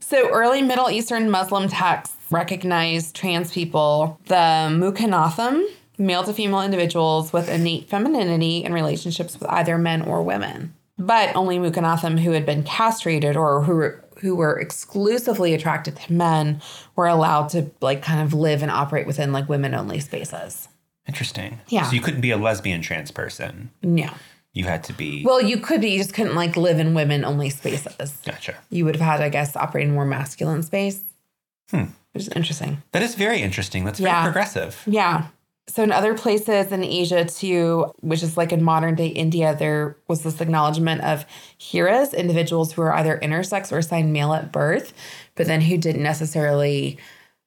B: so early Middle Eastern Muslim texts recognize trans people, the mukanatham, male to female individuals with innate femininity in relationships with either men or women. But only mukanatham who had been castrated or who were- who were exclusively attracted to men were allowed to like kind of live and operate within like women only spaces.
C: Interesting.
B: Yeah.
C: So you couldn't be a lesbian trans person.
B: Yeah.
C: You had to be.
B: Well, you could be, you just couldn't like live in women only spaces.
C: gotcha.
B: you would have had, I guess, operate in more masculine space. Which is interesting.
C: That is very interesting. That's very
B: Yeah.
C: progressive.
B: Yeah. So in other places in Asia too, which is like in modern day India, there was this acknowledgement of hiras, individuals who were either intersex or assigned male at birth, but then who didn't necessarily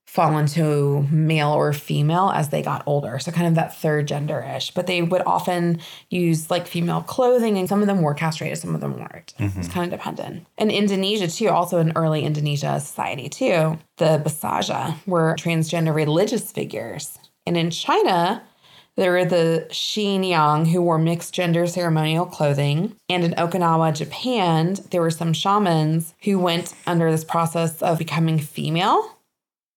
B: fall into male or female as they got older. So kind of that third gender-ish. But they would often use like female clothing and some of them were castrated, some of them weren't. It's kind of dependent. In Indonesia too, also in early Indonesia society too, the Basaja were transgender religious figures. And in China, there were the Xinyang who wore mixed gender ceremonial clothing. And in Okinawa, Japan, there were some shamans who went under this process of becoming female.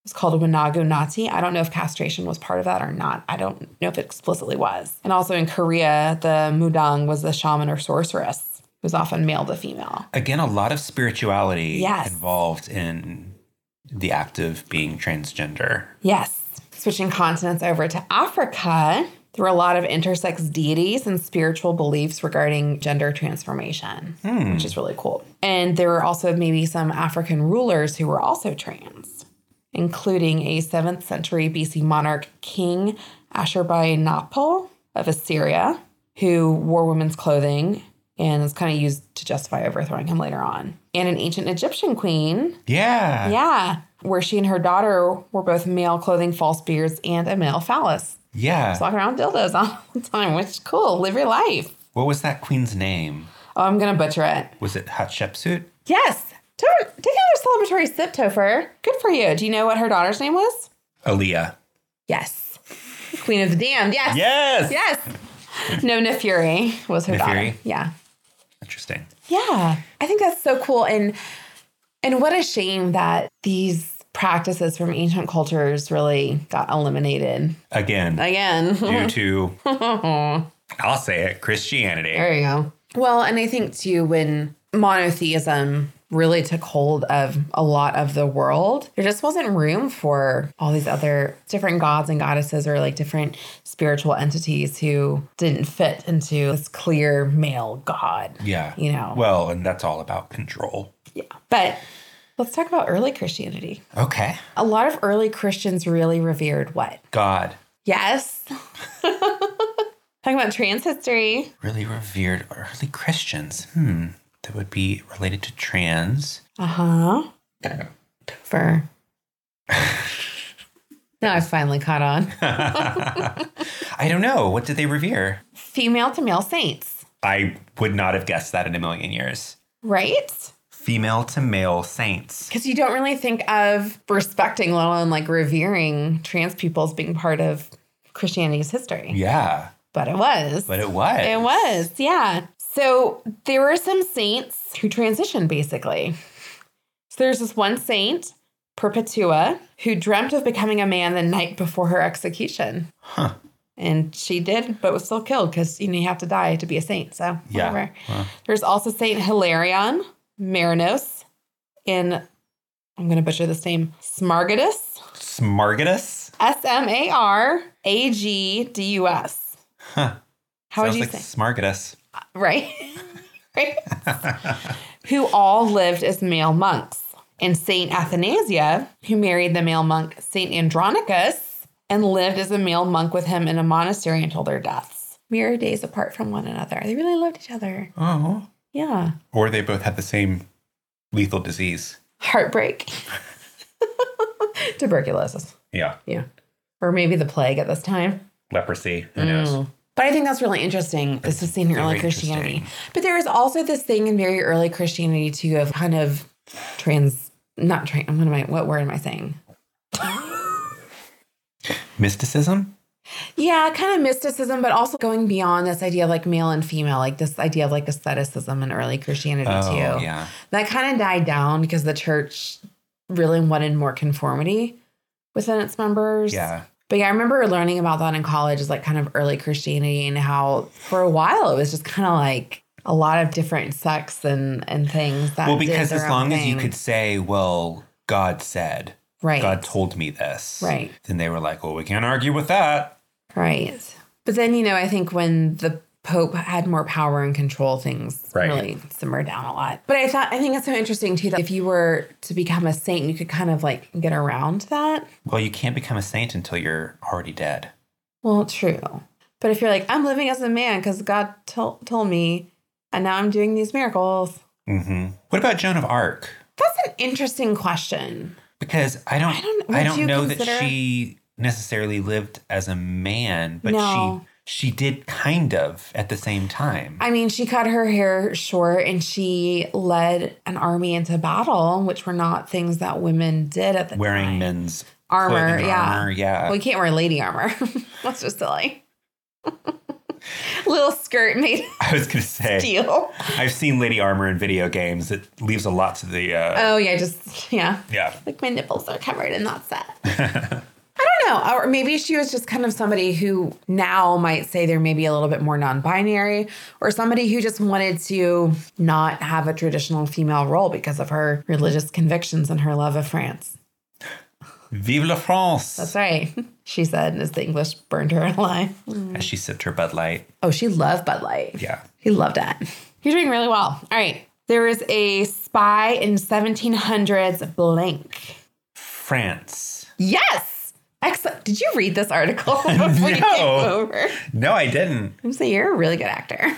B: It's called Wanagu Nati. I don't know if castration was part of that or not. I don't know if it explicitly was. And also in Korea, the Mudang was the shaman or sorceress who was often male to female.
C: Again, a lot of spirituality
B: Yes.
C: involved in the act of being transgender.
B: Yes. Switching continents over to Africa, there were a lot of intersex deities and spiritual beliefs regarding gender transformation, which is really cool. And there were also maybe some African rulers who were also trans, including a 7th century BC monarch, King Ashurbanipal of Assyria, who wore women's clothing and is kind of used to justify overthrowing him later on. And an ancient Egyptian queen
C: Yeah.
B: yeah, where she and her daughter were both male clothing, false beards, and a male phallus.
C: Yeah.
B: Walking around with dildos all the time, which is cool. Live your life.
C: What was that queen's name?
B: Oh, I'm gonna butcher it.
C: Was it Hatshepsut?
B: Yes. Topher, Take another celebratory sip, Topher. Good for you. Do you know what her daughter's name was?
C: Aaliyah.
B: Yes. Queen of the Damned. Yes.
C: Yes.
B: Yes. No, Nefiri was her
C: Nefiri?
B: daughter. Yeah.
C: Interesting.
B: Yeah. I think that's so cool. And and what a shame that these practices from ancient cultures really got eliminated
C: Again,
B: again.
C: due to, I'll say it, Christianity.
B: There you go. Well, and I think too, when monotheism really took hold of a lot of the world, there just wasn't room for all these other different gods and goddesses or like different spiritual entities who didn't fit into this clear male god.
C: Yeah.
B: You know.
C: Well, and that's all about control.
B: Yeah. But let's talk about early Christianity.
C: Okay.
B: A lot of early Christians really revered what?
C: God
B: Yes. Talking about trans history.
C: really revered early Christians. Hmm. That would be related to trans.
B: Uh huh. Fur. now I finally caught on.
C: I don't know. What did they revere?
B: Female to male saints,
C: I would not have guessed that in a million years.
B: right?
C: Female to male saints.
B: Because you don't really think of respecting, let alone like revering trans people as being part of Christianity's history.
C: Yeah,
B: But it was.
C: but it was.
B: It was, yeah. So there were some saints who transitioned basically. So there's this one saint, Perpetua, who dreamt of becoming a man the night before her execution.
C: Huh.
B: And she did, but was still killed because you know you have to die to be a saint. So
C: Yeah.
B: whatever.
C: Huh.
B: There's also Saint Hilarion, Marinos, in I'm gonna butcher this name, Smargidus.
C: Smargitus?
B: S M A R A G D U S.
C: Huh.
B: How would
C: Sounds
B: you
C: like
B: say?
C: smart at us.
B: right? right? who all lived as male monks. And Saint Athanasia, who married the male monk Saint Andronicus and lived as a male monk with him in a monastery until their deaths. Mirror days apart from one another. They really loved each other.
C: Oh.
B: Yeah.
C: Or they both had the same lethal disease.
B: Heartbreak. Tuberculosis.
C: Yeah.
B: Yeah. Or maybe the plague at this time.
C: Leprosy.
B: Mm.
C: Who knows?
B: But I think that's really interesting. This is seen in early
C: Very
B: Christianity.
C: interesting.
B: But there is also this thing in very early Christianity too of kind of trans not trans what am I what word am I saying?
C: Mysticism?
B: Yeah, kind of mysticism, but also going beyond this idea of like male and female, like this idea of like asceticism in early Christianity
C: Oh,
B: too.
C: yeah.
B: That kind of died down because the church really wanted more conformity within its members.
C: Yeah.
B: But yeah, I remember learning about that in college as like kind of early Christianity and how for a while it was just kind of like a lot of different sects and and things that
C: Well,
B: did
C: because
B: their
C: as
B: own
C: long as you
B: thing.
C: could say, well, God said,
B: right
C: God told me this.
B: Right.
C: Then they were like, well, we can't argue with that.
B: right. But then you know I think when the Pope had more power and control, things
C: Right.
B: really simmered down a lot. But I thought I think it's so interesting too that if you were to become a saint, you could kind of like get around that.
C: Well, you can't become a saint until you're already dead.
B: Well, true. But if you're like I'm living as a man because God tol- told me, and now I'm doing these miracles.
C: hmm What about Joan of Arc?
B: That's an interesting question.
C: Because I don't, I
B: don't-
C: don't,
B: would you
C: know
B: consider-
C: that she necessarily lived as a man, but
B: No.
C: she she did kind of at the same time.
B: I mean, she cut her hair short and she led an army into battle, which were not things that women did at the
C: wearing
B: time.
C: men's
B: Armor,
C: clothing and
B: yeah.
C: armor, yeah.
B: Well, you can't wear lady armor. That's just silly. Little skirt made of
C: I was gonna say
B: steel.
C: I've seen lady armor in video games. It leaves a lot to the uh,
B: Oh yeah, just yeah.
C: yeah.
B: Like my nipples are covered and that's that. I don't know. Or maybe she was just kind of somebody who now might say they're maybe a little bit more non binary or somebody who just wanted to not have a traditional female role because of her religious convictions and her love of France.
C: Vive la France!
B: That's right. She said as the English burned her alive.
C: As she sipped her Bud Light.
B: Oh, she loved Bud Light.
C: Yeah.
B: He loved that. You're doing really well. All right. There was a spy in 1700s blank.
C: France.
B: Yes. Excellent. Did you read this article before you came
C: No.
B: over?
C: No, I didn't.
B: I'm saying you're a really good actor.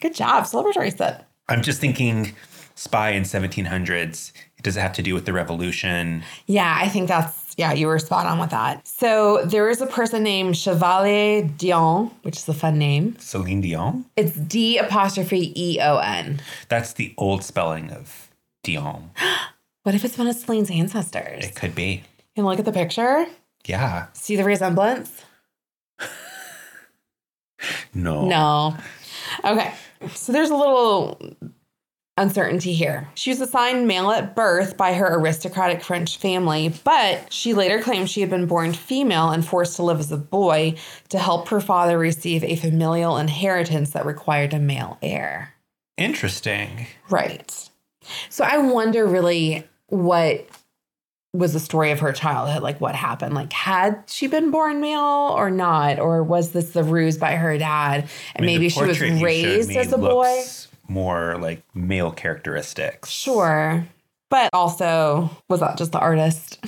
B: Good job. Celebratory sip.
C: I'm just thinking spy in 1700s. Does it have to do with the revolution?
B: Yeah, I think that's, yeah, you were spot on with that. So there is a person named Chevalier Dion, which is a fun name.
C: Celine Dion?
B: It's D apostrophe E O N.
C: That's the old spelling of Dion.
B: What if it's one of Celine's ancestors?
C: It could be.
B: And look at the picture.
C: Yeah.
B: See the resemblance?
C: No.
B: No. Okay. So there's a little uncertainty here. She was assigned male at birth by her aristocratic French family, but she later claimed she had been born female and forced to live as a boy to help her father receive a familial inheritance that required a male heir.
C: Interesting.
B: Right. So I wonder really what was the story of her childhood, like what happened? Like, had she been born male or not? Or was this the ruse by her dad? And
C: I mean,
B: maybe
C: the
B: she was
C: portrait you showed
B: raised
C: me
B: as a boy?
C: looks More like male characteristics.
B: Sure. But also, was that just the artist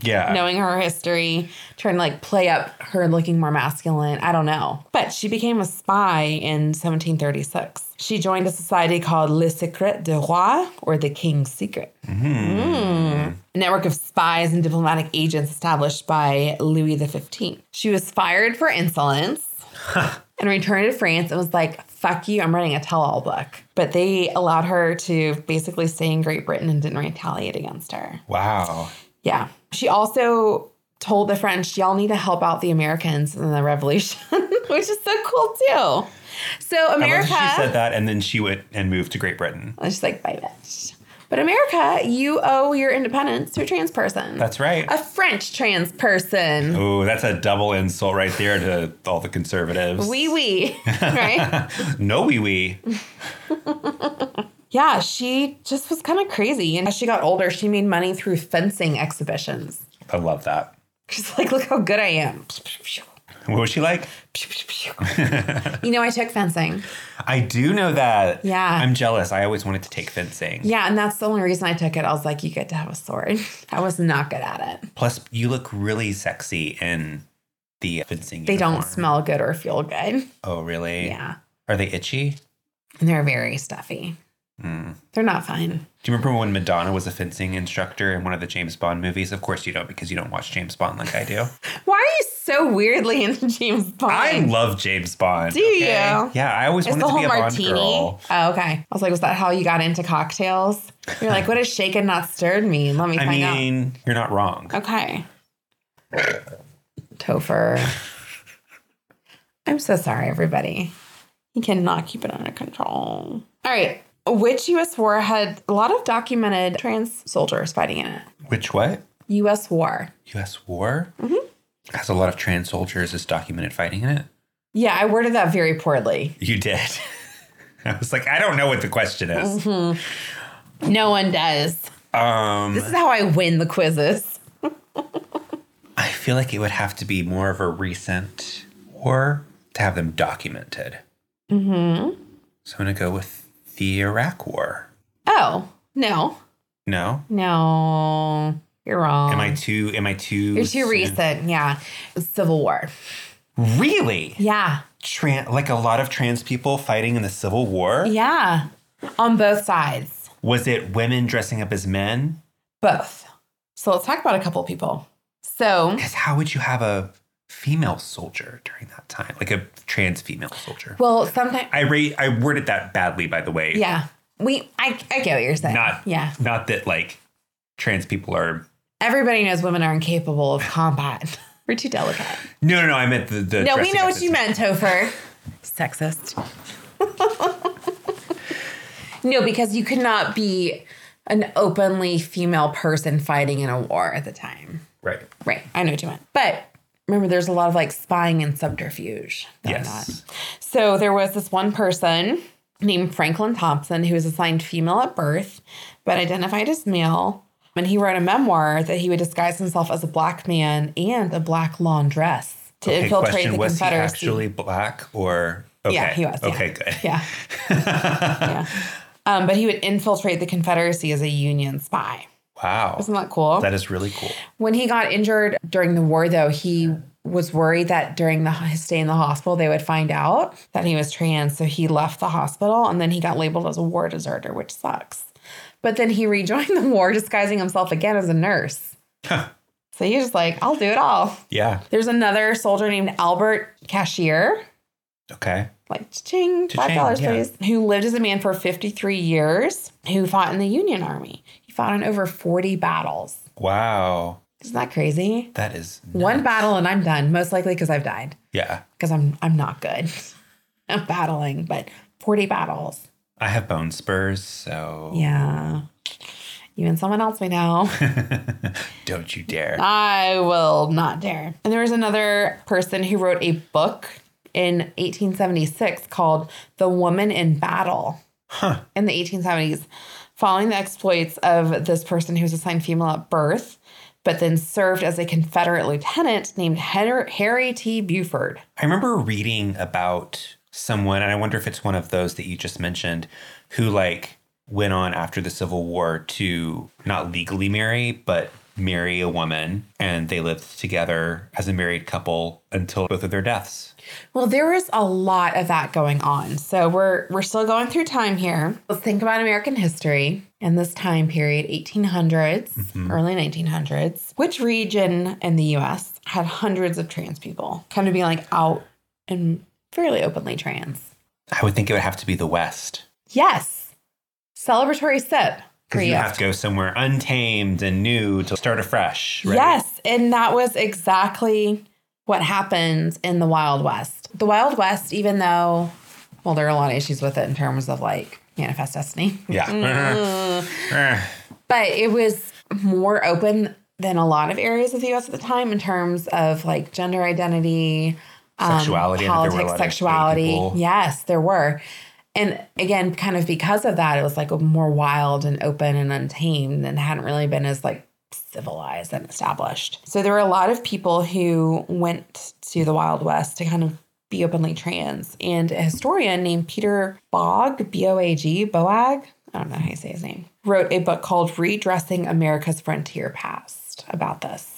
C: Yeah.
B: knowing her history, trying to like play up her looking more masculine? I don't know. But she became a spy in 1736. She joined a society called Le Secret du Roi, or the King's Secret. a network of spies and diplomatic agents established by Louis XV. She was fired for insolence and returned to France and was like, fuck you, I'm writing a tell all book. But they allowed her to basically stay in Great Britain and didn't retaliate against her.
C: Wow.
B: Yeah. She also told the French, y'all need to help out the Americans in the revolution, which is so cool too. So
C: I
B: America.
C: love that she said that and then she went and moved to Great Britain.
B: And she's like, bye, bitch. But America, you owe your independence to a trans person.
C: That's right.
B: a French trans person.
C: Oh, that's a double insult right there to all the conservatives.
B: Wee wee, right?
C: No wee wee.
B: yeah, she just was kind of crazy. And as she got older, she made money through fencing exhibitions.
C: I love that.
B: She's like, look how good I am.
C: What was she like?
B: you know, I took fencing.
C: I do know that.
B: Yeah.
C: I'm jealous. I always wanted to take fencing.
B: Yeah, and that's the only reason I took it. I was like, you get to have a sword. I was not good at it.
C: Plus, you look really sexy in the fencing.
B: They don't
C: uniform.
B: smell good or feel good.
C: Oh, really?
B: Yeah.
C: Are they itchy?
B: And they're very stuffy.
C: Mm.
B: They're not fun.
C: Do you remember when Madonna was a fencing instructor in one of the James Bond movies? Of course you don't, because you don't watch James Bond like I do.
B: Why are you so weirdly into James Bond?
C: I love James Bond.
B: Do you?
C: Yeah, I always
B: It's
C: wanted
B: the
C: to
B: whole
C: be a
B: martini.
C: Bond girl.
B: Oh, okay. I was like, was that how you got into cocktails? You're like, what does shaken not stirred mean? Let me
C: I
B: find Uh,
C: mean, you're not wrong.
B: out. Okay. Topher. I'm so sorry, everybody. He cannot keep it under control. All right. Which US war had a lot of documented trans soldiers fighting in it?
C: Which what?
B: US war.
C: U.S. war has a lot of trans soldiers is documented fighting in it.
B: Yeah, I worded that very poorly.
C: You did. I was like, I don't know what the question is.
B: No one does.
C: Um,
B: This is how I win the quizzes.
C: I feel like it would have to be more of a recent war to have them documented. Mm-hmm.
B: Mm-hmm.
C: So I'm gonna go with the Iraq War.
B: Oh, no.
C: No,
B: No, you're wrong.
C: am I too? Am I too?
B: Um, You're too
C: soon?
B: recent. Yeah. Civil War.
C: Really?
B: Yeah.
C: Tran- like a lot of trans people fighting in the Civil War.
B: Yeah. On both sides.
C: Was it women dressing up as men?
B: Both. So let's talk about a couple people. So,
C: Because how would you have a female soldier during that time? Like a trans female soldier.
B: well, sometimes,
C: I rate I worded that badly, by the way.
B: yeah. We, I, I get what you're saying.
C: Not
B: yeah.
C: Not that like trans people are
B: Everybody knows women are incapable of combat. We're too delicate.
C: No no no, I meant the, the
B: No, we
C: dressing
B: know
C: up
B: what
C: as
B: you
C: men.
B: meant, Topher. Sexist. no, because you could not be an openly female person fighting in a war at the time.
C: Right.
B: Right. I know what you meant. But remember, there's a lot of like spying and subterfuge. going on.
C: Yes.
B: So there was this one person named Franklin Thompson who was assigned female at birth, but identified as male. And he wrote a memoir that he would disguise himself as a black man and a black laundress to
C: Okay,
B: infiltrate
C: question,
B: the
C: was
B: Confederacy.
C: he actually black or okay.
B: Yeah, he was, yeah.
C: Okay, good.
B: Yeah. yeah. Um, but he would infiltrate the Confederacy as a Union spy.
C: Wow.
B: Isn't that cool?
C: That is really cool.
B: When he got injured during the war, though, he was worried that during the, his stay in the hospital, they would find out that he was trans. So he left the hospital and then he got labeled as a war deserter, which sucks. But then he rejoined the war, disguising himself again as a nurse. so he was just like, I'll do it all.
C: Yeah.
B: There's another soldier named Albert Cashier
C: Okay.
B: like ching
C: Cha-ching,
B: five dollars
C: yeah.
B: please who lived as a man for 53 years who fought in the union army he fought in over 40 battles
C: Wow.
B: isn't that crazy
C: That is
B: one battle and i'm done most likely because i've died
C: yeah.
B: because i'm i'm not good i'm battling but 40 battles
C: I have bone spurs, so
B: yeah you and someone else we know
C: don't you dare.
B: I will not dare. And there was another person who wrote a book in 1876 called The Woman in Battle in the 1870s, following the exploits of this person who was assigned female at birth, but then served as a Confederate lieutenant named Hen- Harry T. Buford.
C: I remember reading about someone, and I wonder if it's one of those that you just mentioned, who like went on after the Civil War to not legally marry, but marry a woman, and they lived together as a married couple until both of their deaths.
B: Well, there is a lot of that going on. So we're we're still going through time here. Let's think about American history in this time period, 1800s,
C: Mm-hmm.
B: early 1900s. Which region in the US had hundreds of trans people kind of being like out and fairly openly trans?
C: I would think it would have to be the West.
B: Yes. Celebratory sip.
C: Because you
B: Korea.
C: have to go somewhere untamed and new to start afresh, right?
B: Yes, and that was exactly what happened in the Wild West. The Wild West, even though, well, there are a lot of issues with it in terms of like manifest destiny,
C: Yeah.
B: Mm-hmm.
C: Eh,
B: but it was more open than a lot of areas of the US at the time in terms of like gender identity, um,
C: Sexuality, I think there were a
B: politics,
C: lot of gay
B: sexuality.
C: people.
B: Yes, there were. And again, kind of because of that, it was like more wild and open and untamed and hadn't really been as like civilized and established. So there were a lot of people who went to the Wild West to kind of be openly trans. And a historian named Peter Bog, B O A G, Boag, I don't know how you say his name, wrote a book called Redressing America's Frontier Past about this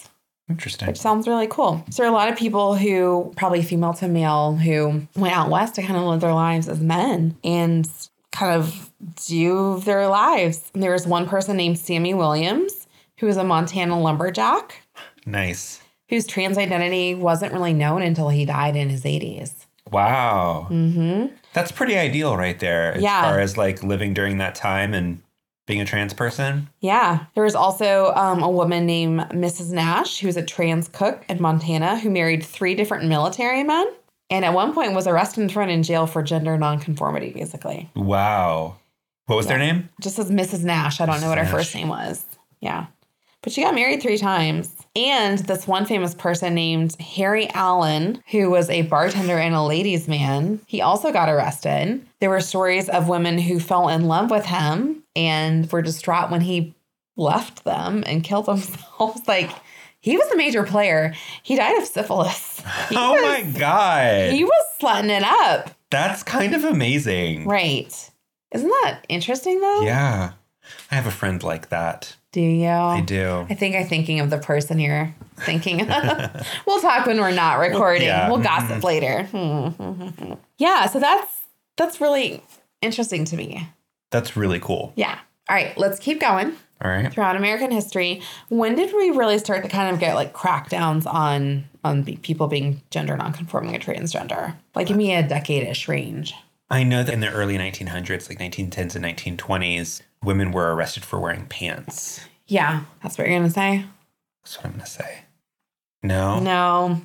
C: Interesting.
B: which sounds really cool. So there are a lot of people who probably female to male who went out west to kind of live their lives as men and kind of do their lives. And there was one person named Sammy Williams who was a Montana lumberjack
C: Nice.
B: whose trans identity wasn't really known until he died in his 80s.
C: Wow. Mm-hmm. That's pretty ideal right there as
B: Yeah.
C: far as like living during that time and being a trans person.
B: Yeah. There was also um, a woman named Mrs. Nash, who was a trans cook in Montana, who married three different military men and at one point was arrested and thrown in jail for gender nonconformity, basically.
C: Wow. What was their name?
B: just as Mrs. Nash. I don't know what her
C: Nash.
B: first name was. Yeah. But she got married three times. And this one famous person named Harry Allen, who was a bartender and a ladies' man, he also got arrested. There were stories of women who fell in love with him and were distraught when he left them and killed themselves. like, he was a major player. He died of syphilis. He
C: Oh
B: was-
C: my god.
B: He was slutting it up.
C: That's kind of amazing.
B: Right. Isn't that interesting, though?
C: Yeah. I have a friend like that.
B: Do you?
C: I do.
B: I think I'm thinking of the person you're thinking of. we'll talk when we're not recording.
C: yeah.
B: We'll gossip later. yeah, so that's that's really interesting to me.
C: That's really cool.
B: Yeah. All right, let's keep going
C: All right.
B: throughout American history. When did we really start to kind of get like crackdowns on on be- people being gender nonconforming or transgender? Like give me a decade-ish range.
C: I know that in the early 1900s, like 1910s and 1920s, women were arrested for wearing pants.
B: Yeah, that's what you're gonna say.
C: That's what I'm going to say. No.
B: No.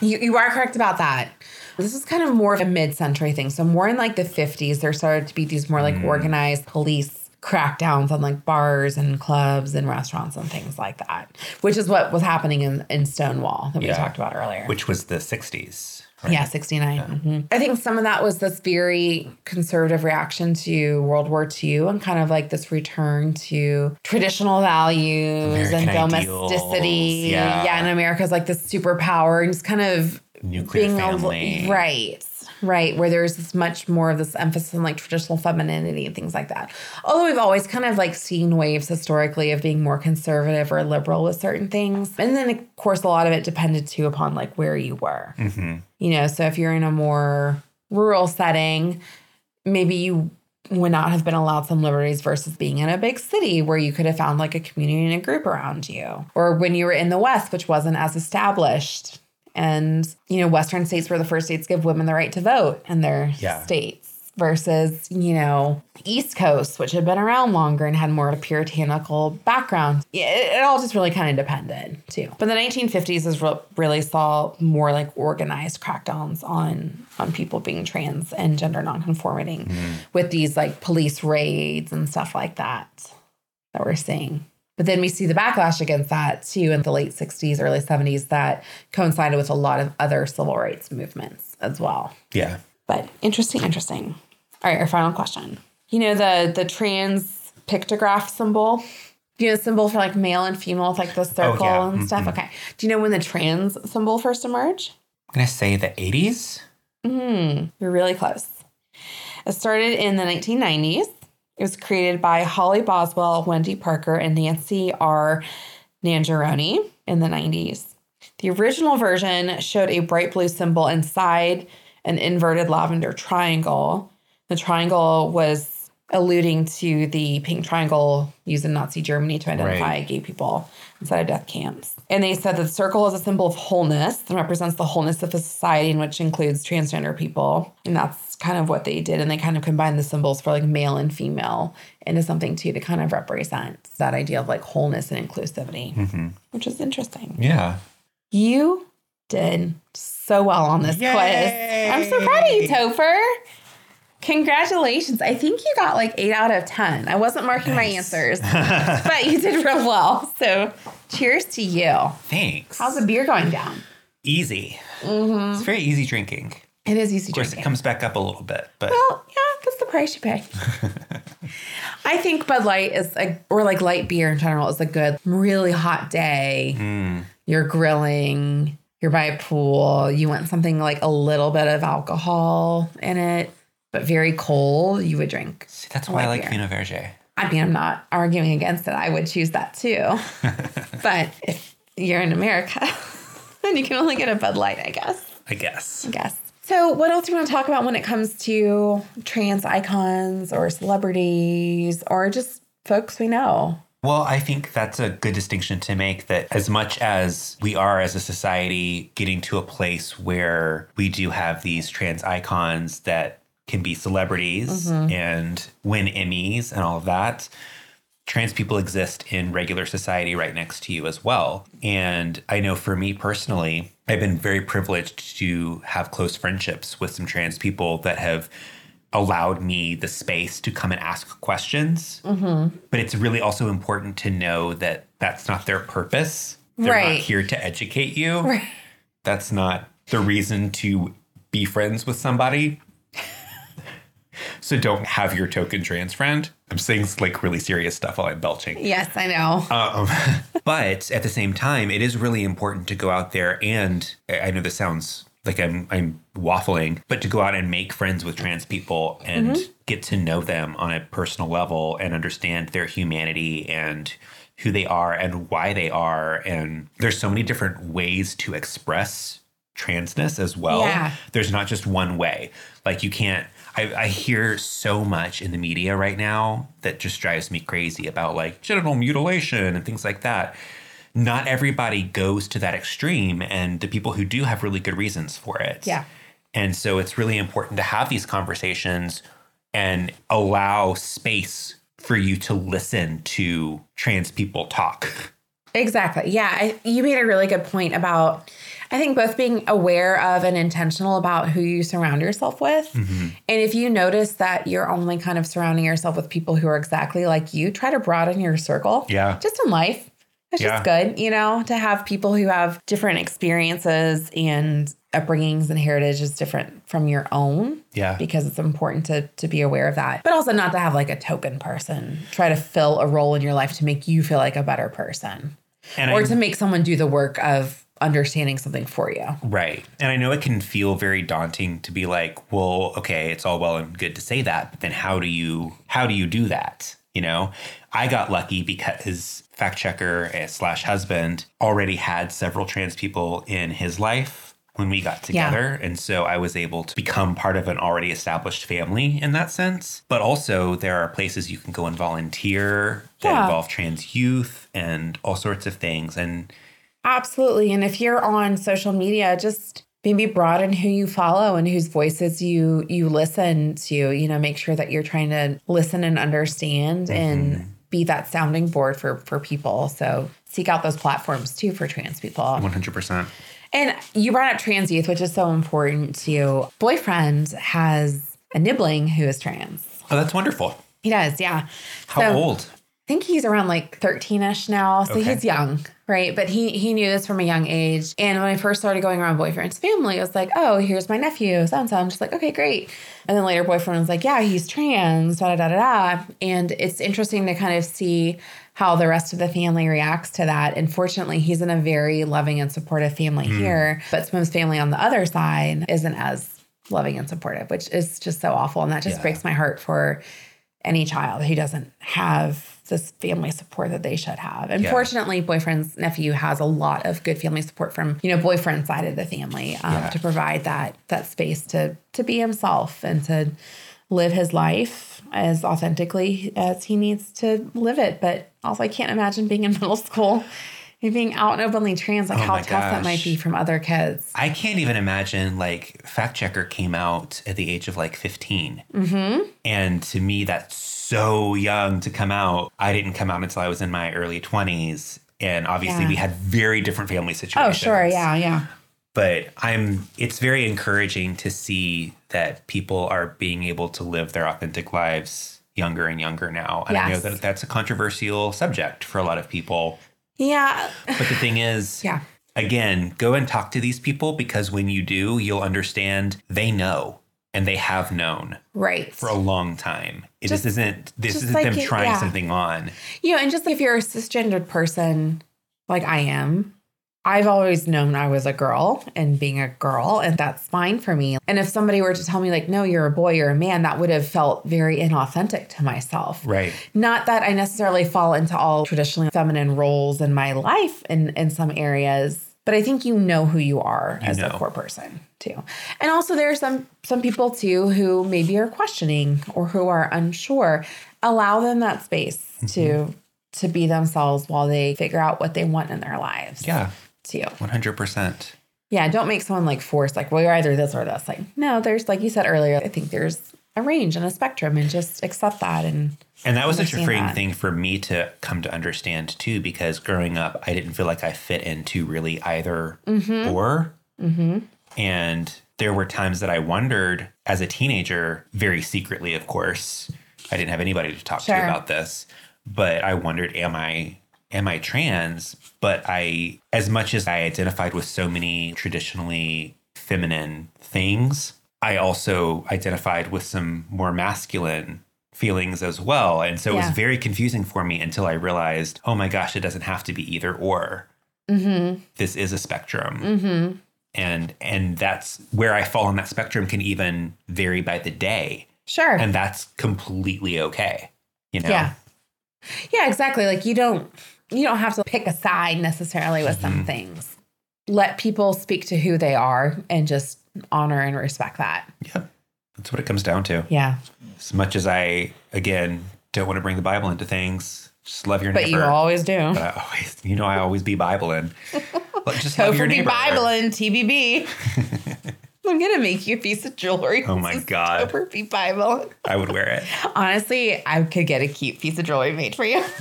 B: You, you are correct about that. This is kind of more of a mid century thing. So, more in like the 50s, there started to be these more like organized police crackdowns on like bars and clubs and restaurants and things like that, which is what was happening in, in Stonewall that we
C: Yeah.
B: talked about earlier.
C: Which was the 60s.
B: Yeah, 69. Mhm. I think some of that was this very conservative reaction to World War II and kind of like this return to traditional values
C: American
B: and
C: ideals,
B: domesticity.
C: yeah.
B: and America's like this superpower and just kind of
C: Nuclear
B: a li-
C: family.
B: right. Right, where there's this much more of this emphasis on like traditional femininity and things like that. Although we've always kind of like seen waves historically of being more conservative or liberal with certain things. And then, of course, a lot of it depended too upon like where you were. You know, so if you're in a more rural setting, maybe you would not have been allowed some liberties versus being in a big city where you could have found like a community and a group around you. Or when you were in the West, which wasn't as established. And, you know, Western states were the first states to give women the right to vote in their
C: Yeah.
B: states versus, you know, East Coast, which had been around longer and had more of a puritanical background. Yeah, It, it all just really kind of depended too. But the 1950s is re- really saw more like organized crackdowns on on people being trans and gender nonconforming with these like police raids and stuff like that that we're seeing. But then we see the backlash against that too in the late 60s, early 70s that coincided with a lot of other civil rights movements as well.
C: Yeah.
B: But interesting, interesting. All right, our final question. You know the the trans pictograph symbol? You know, the symbol for like male and female with like the circle
C: yeah.
B: and stuff. Okay. Do you know when the trans symbol first emerged? Hmm,
C: I'm going to say the 80s.
B: You're really close. It started in the 1990s. It was created by Holly Boswell, Wendy Parker, and Nancy R. Nangeroni in the 90s. The original version showed a bright blue symbol inside an inverted lavender triangle. The triangle was alluding to the pink triangle used in Nazi Germany to identify gay people inside of death camps. And they said that the circle is a symbol of wholeness and represents the wholeness of a society in which includes transgender people. And that's kind of what they did. And they kind of combined the symbols for like male and female into something too to kind of represent that idea of like wholeness and inclusivity, which is interesting.
C: Yeah.
B: You did so well on this
C: Yay!
B: quiz. I'm so proud of you, Topher. Congratulations. I think you got like eight out of 10. I wasn't marking my answers, but you did real well. So cheers to you.
C: Thanks.
B: How's the beer going down?
C: easy? It's very easy drinking.
B: It is easy
C: Of course, it
B: drinking.
C: comes back up a little bit, but
B: Well, yeah, that's the price you pay. I think Bud Light is like, or like light beer in general is a good, really hot day. You're grilling, you're by a pool, you want something like a little bit of alcohol in it, but very cold, you would drink.
C: see, that's why I
B: Light
C: like
B: beer.
C: Vino Verge.
B: I mean, I'm not arguing against it. I would choose that too. but if you're in America, then you can only get a Bud Light, I guess.
C: I guess.
B: I guess. So, what else do you want to talk about when it comes to trans icons or celebrities or just folks we know?
C: Well, I think that's a good distinction to make that as much as we are as a society getting to a place where we do have these trans icons that can be celebrities and win Emmys and all of that, trans people exist in regular society right next to you as well. And I know for me personally, I've been very privileged to have close friendships with some trans people that have allowed me the space to come and ask questions. But it's really also important to know that that's not their purpose. They're
B: Right.
C: not here to educate you. That's not the reason to be friends with somebody. so don't have your token trans friend. I'm saying like really serious stuff while I'm belching.
B: Yes, I know.
C: Um, but at the same time, it is really important to go out there and I I know this sounds like I'm I'm waffling, but to go out and make friends with trans people and get to know them on a personal level and understand their humanity and who they are and why they are and there's so many different ways to express transness as well.
B: Yeah.
C: There's not just one way. Like you can't. I, I hear so much in the media right now that just drives me crazy about like genital mutilation and things like that. Not everybody goes to that extreme, and the people who do have really good reasons for it.
B: Yeah.
C: And so it's really important to have these conversations and allow space for you to listen to trans people talk.
B: Exactly. Yeah, I, you made a really good point about, I think, both being aware of and intentional about who you surround yourself with.
C: Mm-hmm.
B: And if you notice that you're only kind of surrounding yourself with people who are exactly like you, try to broaden your circle.
C: Yeah.
B: Just in life. It's just good, you know, to have people who have different experiences and upbringings and heritages different from your own
C: Yeah.
B: because it's important to to be aware of that. But also not to have like a token person try to fill a role in your life to make you feel like a better person
C: And
B: or
C: I-
B: to make someone do the work of understanding something for you.
C: Right. And I know it can feel very daunting to be like, well, okay, it's all well and good to say that, but then how do you how do you do that? You know? I got lucky because fact checker eh, slash husband already had several trans people in his life when we got
B: Yeah.
C: together. And so I was able to become part of an already established family in that sense. But also there are places you can go and volunteer that
B: Yeah.
C: involve trans youth and all sorts of things. And
B: Absolutely. And if you're on social media, just maybe broaden who you follow and whose voices you you listen to, you know, make sure that you're trying to listen and understand
C: Mm-hmm.
B: and be that sounding board for for people. So seek out those platforms too for trans people.
C: one hundred percent.
B: And you brought up trans youth, which is so important to you. Boyfriend has a nibbling who is trans.
C: Oh, that's wonderful.
B: He does, yeah.
C: How
B: So-
C: old?
B: I think he's around like 13ish now, so
C: Okay.
B: he's young, right? But he he knew this from a young age. And when I first started going around boyfriend's family, it was like, "Oh, here's my nephew." So and so. I'm just like, "Okay, great." And then later boyfriend was like, "Yeah, he's trans." Da da da da. da." And it's interesting to kind of see how the rest of the family reacts to that. And fortunately, he's in a very loving and supportive family
C: Hmm.
B: here, but Swim's family on the other side isn't as loving and supportive, which is just so awful. And that just
C: Yeah.
B: breaks my heart for any child who doesn't have this family support that they should have. And
C: Yeah.
B: fortunately, boyfriend's nephew has a lot of good family support from you know boyfriend's side of the family um,
C: Yeah.
B: to provide that that space to to be himself and to live his life as authentically as he needs to live it. But also, I can't imagine being in middle school and being out and openly trans. Like how
C: Oh my
B: tough that might
C: gosh.
B: be from other kids.
C: I can't even imagine like Fact Checker came out at the age of like 15.
B: Mm-hmm.
C: And to me, that's so young to come out. I didn't come out until I was in my early 20s. And obviously,
B: Yeah.
C: we had very different family
B: Oh,
C: situations.
B: sure, yeah, yeah.
C: But I'm, it's very encouraging to see that people are being able to live their authentic lives younger and younger now. And I know
B: Yes.
C: that that's a controversial subject for a lot of people.
B: Yeah,
C: But the thing is,
B: yeah.
C: Again, go and talk to these people because when you do, you'll understand they know and they have known
B: Right.
C: for a long time. It
B: Just-
C: just isn't this
B: just
C: isn't
B: like
C: them
B: it-
C: trying
B: yeah.
C: something on.
B: You know, and just like if you're a cisgendered person, like I am, I've always known I was a girl and being a girl, and that's fine for me. And if somebody were to tell me, like, no, you're a boy, you're a man, that would have felt very inauthentic to myself.
C: Right.
B: Not that I necessarily fall into all traditionally feminine roles in my life in, in some areas, but I think you know who you are as a
C: know.
B: core person too. And also there are some some people too who maybe are questioning or who are unsure. Allow them that space
C: Mm-hmm.
B: to to be themselves while they figure out what they want in their lives.
C: Yeah.
B: Too.
C: One hundred percent.
B: Yeah. Don't make someone like force like, well, you're either this or this. Like, no, there's like you said earlier, I think there's a range and a spectrum and just accept that and
C: And that was such a
B: Understand
C: freeing
B: that.
C: thing for me to come to understand too, because growing up, I didn't feel like I fit into really either
B: Mm-hmm.
C: or. And there were times that I wondered as a teenager, very secretly, of course, I didn't have anybody to talk
B: Sure.
C: to about this, but I wondered, am I? Am I trans? But I, as much as I identified with so many traditionally feminine things, I also identified with some more masculine feelings as well. And so it
B: Yeah.
C: was very confusing for me until I realized, oh my gosh, it doesn't have to be either or.
B: Mm-hmm.
C: This is a spectrum and and that's where I fall on that spectrum can even vary by the day,
B: sure.
C: and that's completely okay. You know,
B: Yeah. Yeah, exactly. Like you don't you don't have to pick a side necessarily with
C: Mm-hmm.
B: some things. Let people speak to who they are and just honor and respect that.
C: Yep. that's what it comes down to.
B: Yeah.
C: As much as I, again, don't want to bring the Bible into things, just love your
B: But
C: neighbor.
B: you always do.
C: But I always, you know, I always be Bibling. But just
B: So
C: love your
B: for be
C: neighbor.
B: Bible and TBB. I'm gonna make you a piece of jewelry.
C: Oh my God.
B: Over be Bible.
C: I would wear it.
B: Honestly, I could get a cute piece of jewelry made for you.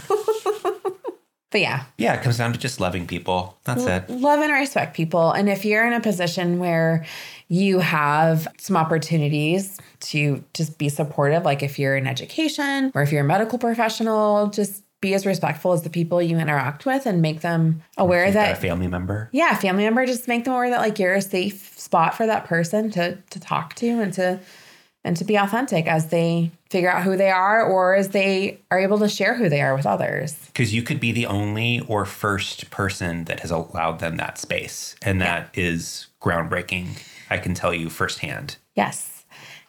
B: but yeah,
C: Yeah, it comes down to just loving people. That's it.
B: love and respect people. And if you're in a position where you have some opportunities to just be supportive, like if you're in education or if you're a medical professional, just be as respectful as the people you interact with and make them aware
C: Is that a
B: that,
C: family member?
B: yeah, family member, just make them aware that like you're a safe spot for that person to to talk to and to and to be authentic as they figure out who they are or as they are able to share who they are with others.
C: Because you could be the only or first person that has allowed them that space. And that is groundbreaking. I can tell you firsthand.
B: Yes.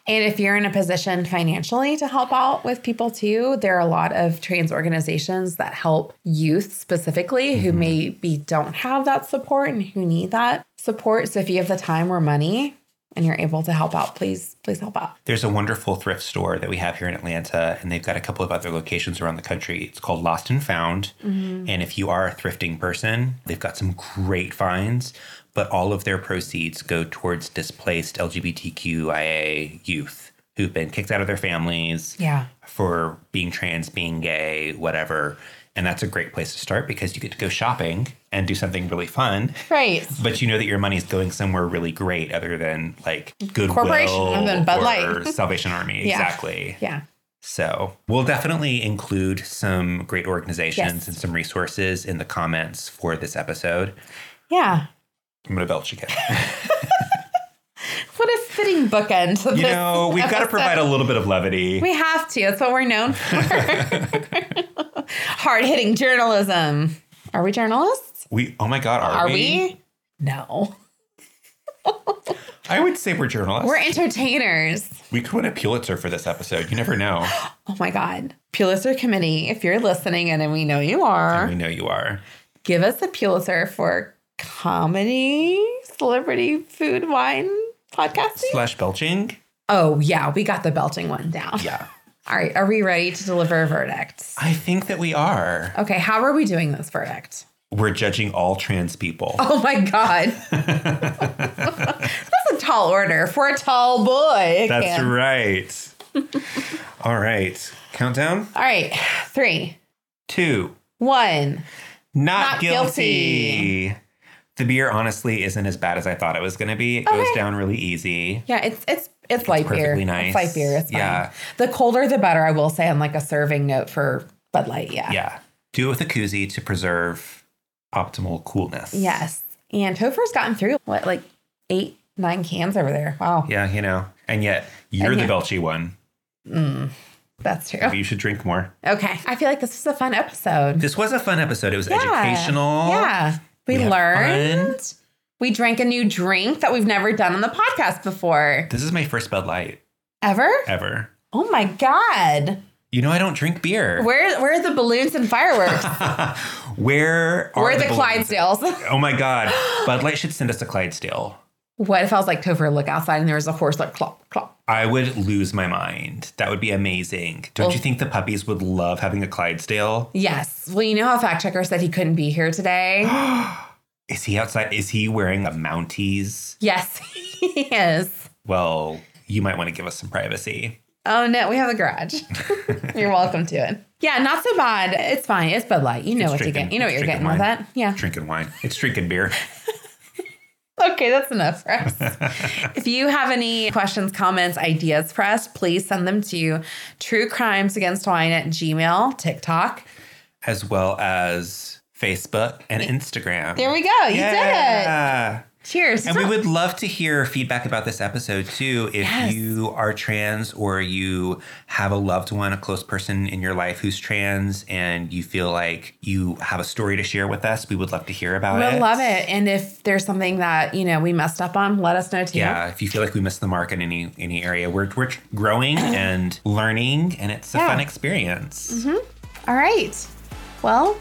B: And if you're in a position financially to help out with people too, there are a lot of trans organizations that help youth specifically
C: Mm-hmm.
B: who maybe don't have that support and who need that support. So if you have the time or money and you're able to help out, please, please help out.
C: There's a wonderful thrift store that we have here in Atlanta, and they've got a couple of other locations around the country. It's called Lost and Found. And if you are a thrifting person, they've got some great finds, but all of their proceeds go towards displaced LGBTQIA youth who've been kicked out of their families
B: Yeah.
C: for being trans, being gay, whatever. And that's a great place to start because you get to go shopping and do something really fun.
B: Right.
C: But you know that your money is going somewhere really great, other than like Goodwill
B: Corporation, and then Bud
C: or
B: Light.
C: Salvation Army.
B: Yeah.
C: Exactly.
B: Yeah.
C: So we'll definitely include some great organizations
B: Yes.
C: and some resources in the comments for this episode.
B: Yeah.
C: I'm gonna belch again.
B: What a fitting bookend to
C: you
B: this.
C: know, we've got to provide a little bit of levity.
B: we have to. That's what we're known for. Hard hitting journalism. Are we journalists?
C: We, oh my God,
B: Are
C: are, we?
B: we? No.
C: I would say we're journalists.
B: We're entertainers.
C: we could win a Pulitzer for this episode. You never know.
B: Oh my God. Pulitzer Committee, if you're listening, and we know you are,
C: we know you are.
B: give us a Pulitzer for comedy, celebrity, food, wine, podcasting.
C: Slash belching.
B: Oh, yeah. We got the belching one down.
C: Yeah.
B: All right. Are we ready to deliver a verdict?
C: I think that we are.
B: Okay. How are we doing this verdict?
C: We're judging all trans people.
B: Oh my God. That's a tall order for a tall boy. it
C: That's
B: can.
C: right. All right. Countdown.
B: All right. Three,
C: Two.
B: one.
C: Not,
B: Not
C: guilty. The beer honestly isn't as bad as I thought it was going to be. It goes
B: Okay.
C: down really easy.
B: Yeah, it's it's it's light beer.
C: perfectly nice.
B: It's light beer. It's fine.
C: Yeah.
B: The colder the better, I will say, on like a serving note for Bud Light. Yeah.
C: Yeah. Do it with a koozie to preserve optimal coolness.
B: Yes. And Topher's gotten through what, like eight, nine cans over there. Wow.
C: Yeah, you know. And yet you're
B: And
C: the
B: yet- Oh.
C: belchy one.
B: That's true.
C: You should drink more.
B: Okay. I feel like this was a fun episode.
C: This was a fun episode. It was
B: Yeah.
C: educational.
B: Yeah. We,
C: We had
B: learned. We drank a new drink that we've never done on the podcast before.
C: This is my first Bud Light
B: Ever?
C: ever.
B: Oh my God.
C: You know I don't drink beer.
B: Where where are the balloons and fireworks?
C: Where are
B: Where are the
C: balloons?
B: Clydesdales?
C: Oh my God. Bud Light should send us a Clydesdale.
B: what if I was like Topher, look outside and there was a horse like clop, clop.
C: I would lose my mind. That would be amazing. Don't you think the puppies would love having a Clydesdale?
B: Yes. Well, you know how fact checker said he couldn't be here today?
C: Is he outside? Is he wearing a Mounties?
B: yes, he is.
C: Well, you might want to give us some privacy.
B: Oh no, we have the garage. you're welcome to it. Yeah, not so bad. It's fine. It's Bud Light. You know
C: It's
B: what you
C: drinking-
B: get. You know what
C: it's
B: you're
C: drinking
B: getting with
C: wine.
B: that. Yeah.
C: Drinking wine. It's drinking beer.
B: Okay, that's enough for us. if you have any questions, comments, ideas for us, please send them to True Crimes Against Wine at Gmail, TikTok.
C: As well as Facebook and Instagram.
B: There we go. You did it.
C: yeah.
B: Cheers.
C: And we would love to hear feedback about this episode too. If
B: Yes.
C: you are trans or you have a loved one, a close person in your life who's trans, and you feel like you have a story to share with us, we would love to hear about it.
B: We'll love it. And if there's something that, you know, we messed up on, let us know too.
C: Yeah, if you feel like we missed the mark in any any area, we're we're growing and learning, and it's a
B: Yeah.
C: fun experience.
B: All right. Well,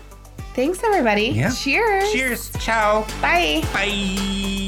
B: thanks everybody.
C: Yeah.
B: Cheers.
C: Cheers! Ciao!
B: Bye.
C: Bye.